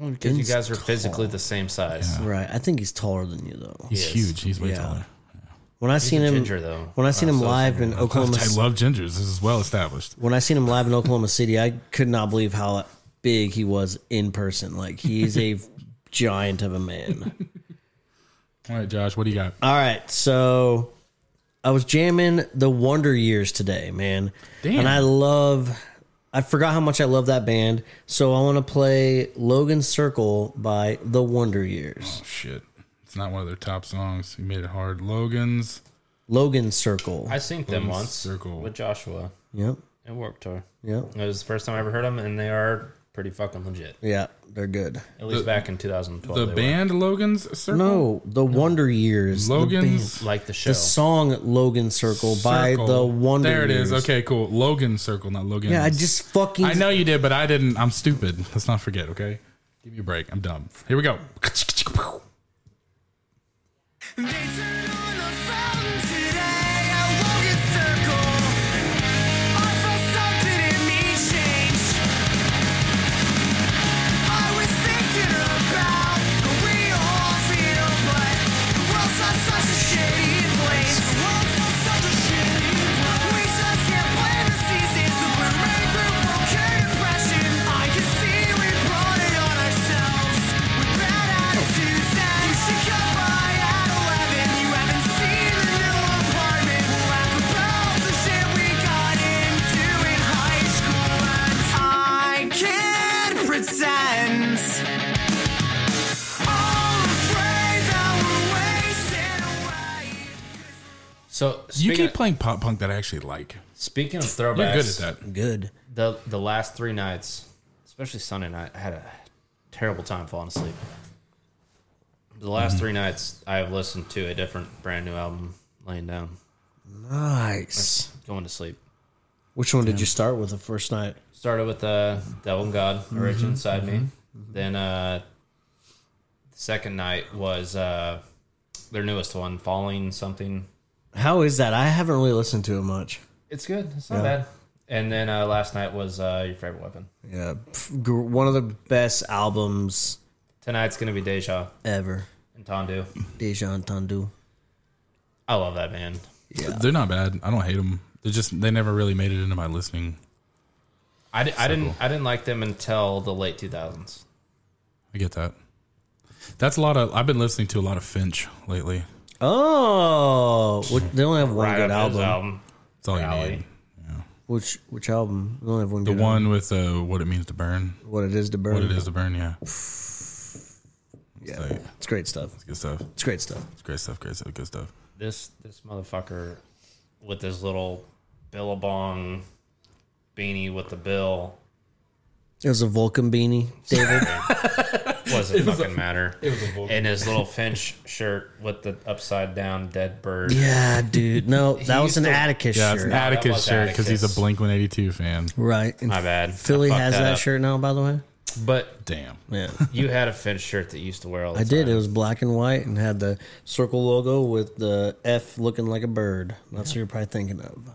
Only because you guys are physically the same size. Right. I think he's taller than you, though. He's Yes. huge. He's way Yeah. taller. When I seen a him, ginger, though. when I seen Uh, him so is *laughs* live in Oklahoma, *laughs* I love gingers. This is well established. when I seen him live in Oklahoma City, I could not believe how big he was in person. Like he's a giant of a man. All right, Josh, what do you got? All right, so I was jamming the Wonder Years today, man, Damn. and I love. I forgot how much I love that band, so I want to play Logan Circle by The Wonder Years. Oh, shit. It's not one of their top songs. You made it hard. Logan's Logan Circle. I synced them Little once circle. with Joshua Yep. at Warped Tour. Yep. It was the first time I ever heard them, and they are pretty fucking legit. Yeah, they're good. At least back in 2012. the they were. band Logan's Circle. No, The Wonder Years. the band. Logan's like the show. the song Logan Circle, by Circle. the Wonder There it is. Years. Okay, cool. Logan's Circle, not Logan. Yeah, I just fucking I know you did, but I didn't. I'm stupid. Let's not forget. Okay, give me a break. I'm dumb. Here we go. They turn on the fountain today, a Logan circle. I felt something in me change. I was thinking about the way you all feel, but the world's not such a shitty place. The world's not such a shitty place. We just can't blame the seasons that we're ready for broken impression. I can see we brought it on ourselves. With bad attitudes and you should come by at eleven. You haven't seen the new apartment. We'll laugh about the shit we got into in high school, and I can't pretend. I'm afraid that we're wasting away. so You speaking, keep of, playing pop punk that I actually like. speaking of You're throwbacks, good at that. good. the the last three nights, especially Sunday night, I had a terrible time falling asleep. The Mm-hmm. last three nights, I have listened to a different brand new album, laying down, Nice. going to sleep. Which one did you start with the first night? Started with uh, Devil and God, Origin, Inside Me. Then uh, the second night was uh, their newest one, Falling Something. How is that? I haven't really listened to it much. It's good. It's not bad. And then uh, last night was uh, Your Favorite Weapon. Yeah, pff, gr- one of the best albums Tonight's going to be Deja ever. and Tondu. Deja Tandu. I love that band. They're not bad. I don't hate them. They just they never really made it into my listening. I, di- I didn't I didn't like them until the late 2000s. I get that. That's a lot of. I've been listening to a lot of Finch lately. Oh, which, they only have one Right good up his album. album. That's all you Rally. need. Which which album? They only have one. The good one with uh, what it means to burn. album. What it is to burn. What it is to burn. Yeah. Yeah, Like, it's great stuff. good stuff. It's great stuff. It's great stuff. Great stuff. Good stuff. Oh, This this motherfucker with his little billabong beanie with the bill It was a Vulcan beanie, *laughs* David. doesn't fucking matter. It was a and his *laughs* little Finch shirt with the upside down dead bird. *laughs* yeah, dude. No, that was used an to- Atticus Yeah, it's an shirt. that Atticus was shirt because he's a Atticus. Blink One Eighty Two fan. right. And My bad. I Philly fucked has that, up. shirt now, by the way. But Damn. Yeah. you had a Finch shirt that you used to wear all the I time. did. It was black and white and had the circle logo with the F looking like a bird. That's what you're probably thinking of.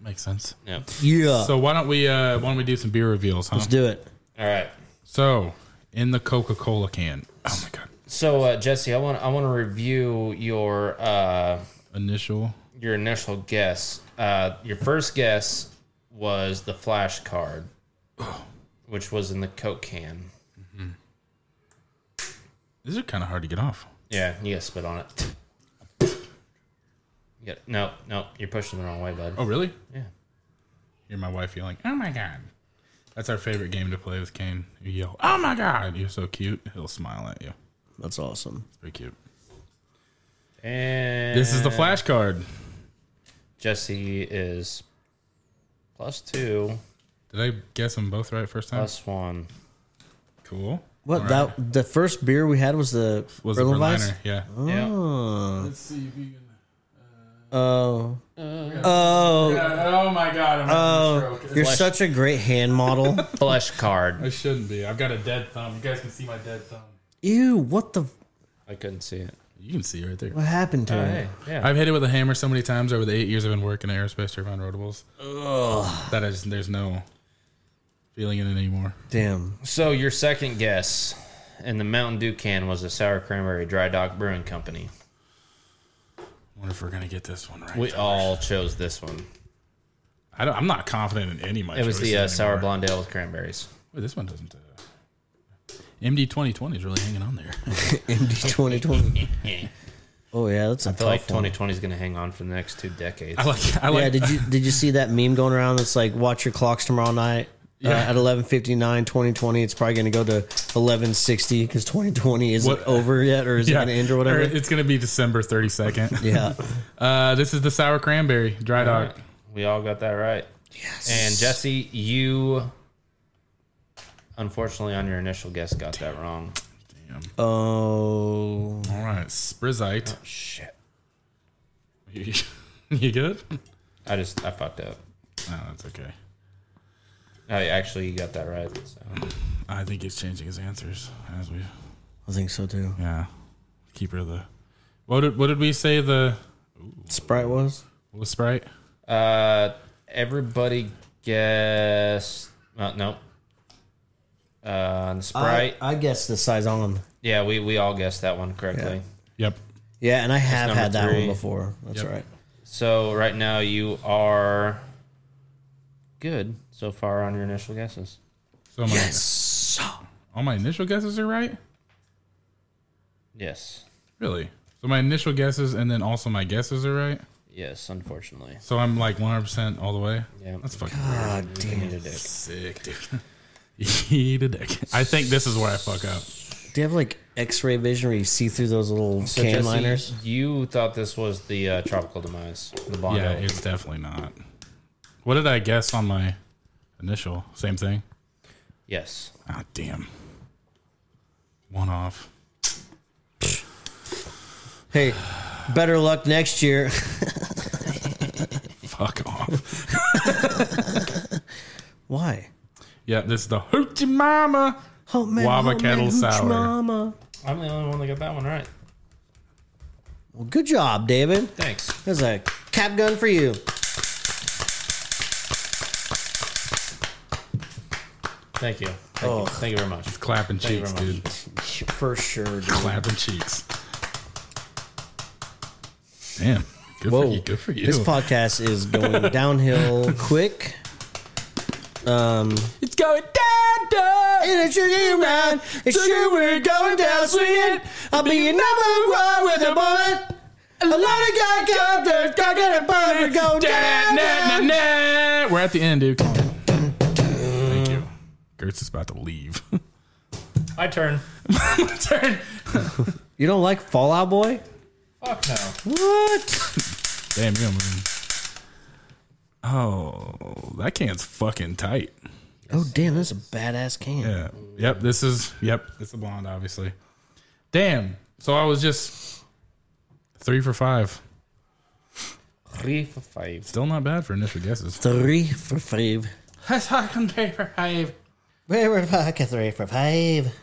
Makes sense. Yeah. Yeah. So why don't we uh why don't we do some beer reveals, huh? Let's do it. All right. so in the Coca Cola can. Oh my god. So uh, Jesse, I want I want to review your uh, Initial. your initial guess. Uh, your first guess was the flash *sighs* card, which was in the Coke can. These are kind of hard to get off. Yeah, you gotta spit on it. *laughs* Yeah, no, no, you're pushing the wrong way, bud. Oh really? Yeah. You're my wife yelling. Oh my god. That's our favorite game to play with Kane. You yell, "Oh my god, you're so cute." He'll smile at you. That's awesome. It's pretty cute. And This is the flash card. Jesse is plus two Did I guess them both right first time? Plus one. Cool. What All right. that the first beer we had was the was the Erlenweiss? Berliner? Yeah. Yeah. Oh. Let's see if you can. Oh. Oh. oh my god! I'm Oh. You're such a great hand model. Flesh card. I shouldn't be. I've got a dead thumb. You guys can see my dead thumb. *laughs* Ew, what the I couldn't see it. You can see right there. what happened to it? yeah. *laughs* I've hit it with a hammer so many times over the eight years I've been working at Aerospace Turbine Rotables that I just, there's no feeling in it anymore. Damn. So your second guess, and the Mountain Dew can was a sour cranberry dry dock brewing company. wonder if we're gonna get this one right. We all chose this one. I don't, I'm not confident in any of my. It was the uh, choices sour anymore. blonde ale *laughs* with cranberries. Wait, this one doesn't. Uh, MD 2020 is really hanging on there. *laughs* MD twenty twenty. Oh yeah, that's a I feel like tough one. 2020 is going to hang on for the next two decades. I like. I like. Yeah, did you did you see that meme going around that's like watch your clocks tomorrow night? Uh, Yeah. at 11.59 2020 it's probably going to go to 11.60 because 2020 isn't What- over yet or is yeah, it going to end or whatever It's gonna be December *laughs* 32nd. yeah Uh, this is the sour cranberry dry All dog. right. We all got that right. Yes. And Jesse, you unfortunately on your initial guess got that wrong. oh All right, Sprizzite. Shit. *laughs* you good? No, I just I fucked up. that's okay. I actually you got that right. So. I think he's changing his answers as we. i think so too Yeah, keeper of the. What did what did we say the sprite was what was Sprite? Uh, everybody guess. Uh, no. Uh, on the Sprite. I, I guess the size on yeah, we, we all guessed that one correctly. Yep. yeah and i have number had that three. one before that's Yep. right So right now you are good so far on your initial guesses. So my, all my initial guesses are right. Yes. Really? So my initial guesses and then also my guesses are right. Yes, unfortunately. So I'm like 100 percent all the way. Yeah. That's fucking god Ah, damn Need a dick. sick, dude. *laughs* Eat a dick. I think this is where I fuck up. do you have like x-ray vision where you see through those little So can Jesse, liners you thought this was the uh, tropical demise, the Bondo. Yeah, it's definitely not. What did I guess on my initial? Same thing. yes. Ah, damn. One off. hey better luck next year *laughs* Fuck off. *laughs* why Yeah, this is the Hoochie Mama. oh man Wabba oh, kettle hooch sour. mama I'm the only one that got that one right. well good job david Thanks. there's a cap gun for you Thank you. Thank Oh. you. Thank you very much. Clapping Thank you cheeks, very dude. for sure dude. Clapping cheeks. Damn. Good for you. Good for you. this podcast is *laughs* going downhill quick Um, it's going down, down. It's your year round. It's sure we're going down swinging. I'll be your number one with a bullet. A lot of guy got there, got get a bullet, go down. down. We're at the end, dude. Come on. Thank you. Gertz is about to leave. *laughs* My turn. Turn. You don't like Fallout Boy? Fuck no. What? Damn, you. Man. Oh, that can's fucking tight. Oh damn, that's a badass can. Yeah. Yep. This is. Yep. It's a blonde, obviously. Damn. So I was just three for five. Three for five. Still not bad for initial guesses. Three for five. That's fucking three for five. Where were fucking three for five?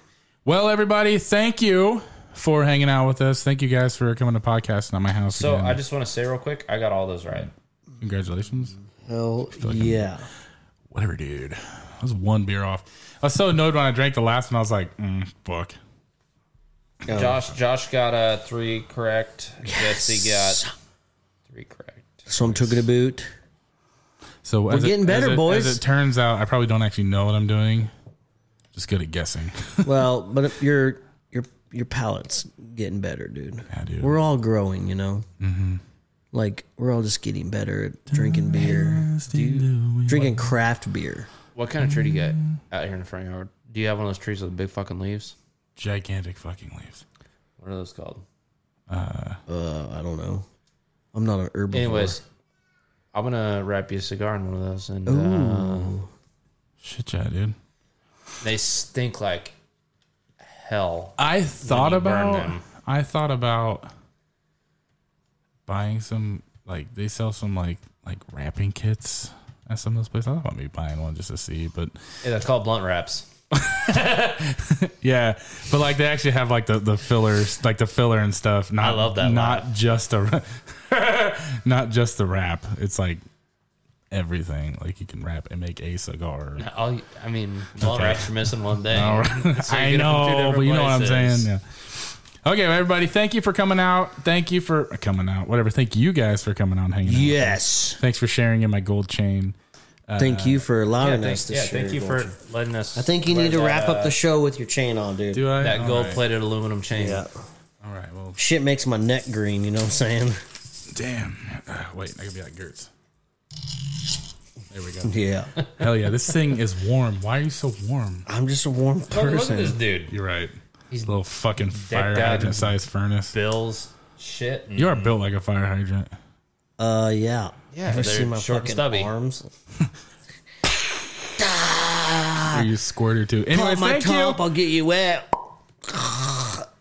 Well, everybody, thank you for hanging out with us. Thank you guys for coming to podcasting at my house. So again. I just want to say real quick, I got all those right. congratulations. Hell yeah. Whatever, dude. I was one beer off. I was so annoyed when I drank the last one. I was like, mm, fuck. Josh, Josh got uh, three correct. Jesse got three correct. So I'm talking about. So we're getting better, as boys. As it turns out, I probably don't actually know what I'm doing. Just good at guessing. Well, but if your your your palate's getting better, dude. Yeah, dude. We're all growing, you know. Mm-hmm. Like we're all just getting better at drinking beer, drinking craft beer. What kind of tree do you get out here in the front yard? Do you have one of those trees with the big fucking leaves? Gigantic fucking leaves. What are those called? Uh, I don't know. I'm not an herbivore. Anyways, I'm gonna wrap you a cigar in one of those, and uh, Shit, yeah, dude. They stink like hell. I thought you burn about them. I thought about buying some like they sell some like like wrapping kits at some of those places. I thought about me buying one just to see, but Yeah, that's called blunt wraps. yeah, but like they actually have like the the fillers, like the filler and stuff. Not, love that Not just a, *laughs* not just the wrap. It's like everything. Like you can wrap and make a cigar. I'll, I mean, blunt Okay. wraps are missing one thing. All right. *laughs* So you I get them two know, different but you know what I'm saying. places. Yeah. Okay, well, everybody, thank you for coming out. Thank you for uh, coming out. Whatever. Thank you guys for coming out and hanging out. Yes. Thanks for sharing in my gold chain. Uh, thank you for Yeah, allowing us thank, to yeah, share thank you your for gold chain. letting us. I think you wear need to that, wrap uh, up the show with your chain on, dude. Do I? that All gold right. plated aluminum chain. Yeah. All right. Well, Shit makes my neck green, you know what I'm saying? *laughs* damn. Uh, wait, I could be like Gertz. There we go. Yeah. Hell yeah, this thing is warm. Why are you so warm? I'm just a warm Look, look at this person. dude. You're right. He's a little fucking fire out hydrant in- sized furnace. Bills, shit. and- You are built like a fire hydrant. Uh yeah. Yeah. Ever they're seen my short and fucking stubby. arms? Or you squirt or two. Anyway, Pop Oh, my thank top, you. I'll get you wet.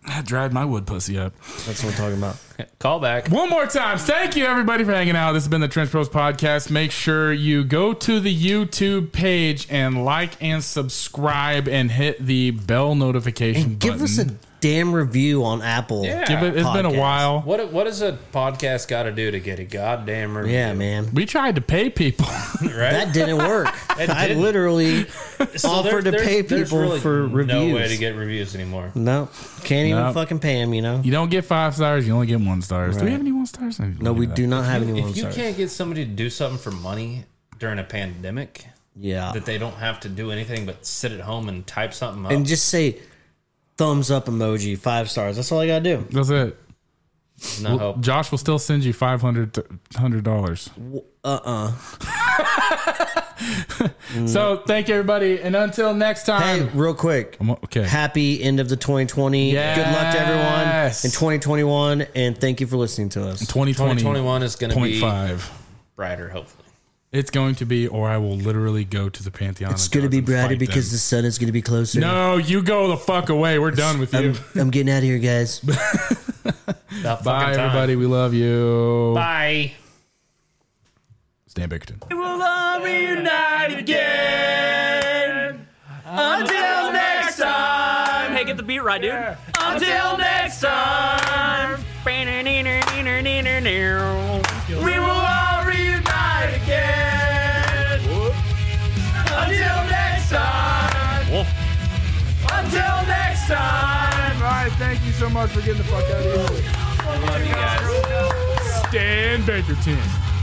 I dried my wood pussy up. That's what I'm talking about. Call back. One more time. Thank you, everybody, for hanging out. This has been the Trench Bros Podcast. Make sure you go to the YouTube page and like and subscribe and hit the bell notification Give button. us a damn review on Apple. Yeah. Give it, It's been podcast. a while. What what does a podcast got to do to get a goddamn review? Yeah, man. We tried to pay people. *laughs* right. That didn't *laughs* work. I didn't. literally So there- offered to there's- pay there's people really for reviews. No way to get reviews anymore. No, can't No. even fucking pay him. You know. you don't get five stars. You only get one stars. Do we Right. have any one stars? No, we do not have anyone. If you sorry. can't get somebody to do something for money during a pandemic, yeah, that they don't have to do anything but sit at home and type something up. and just say thumbs up emoji, five stars. That's all I gotta do. That's it. no help. Josh will still send you five hundred dollars. Uh uh So thank you, everybody, and until next Mm. Hey, time. real quick. I'm o- okay. Happy end of the 2020. Good luck to everyone Yes. in 2021, and thank you for listening to us. 2020 2021 is going to be 0.5. brighter, hopefully. It's going to be, or I will literally go to the Pantheon. It's of gonna gods be and brighter fight them. because the sun is gonna be closer. No, you go the fuck away. We're done with you. I'm, I'm getting out of here, guys. About Bye, fucking time. everybody. We love you. Bye. Stan Bickerton. Hey, get the beat right, dude. Until next time. We will all reunite again. Until next time. Until next time. All right, thank you so much for getting the fuck out of here. Love you guys. Stan Bakerton.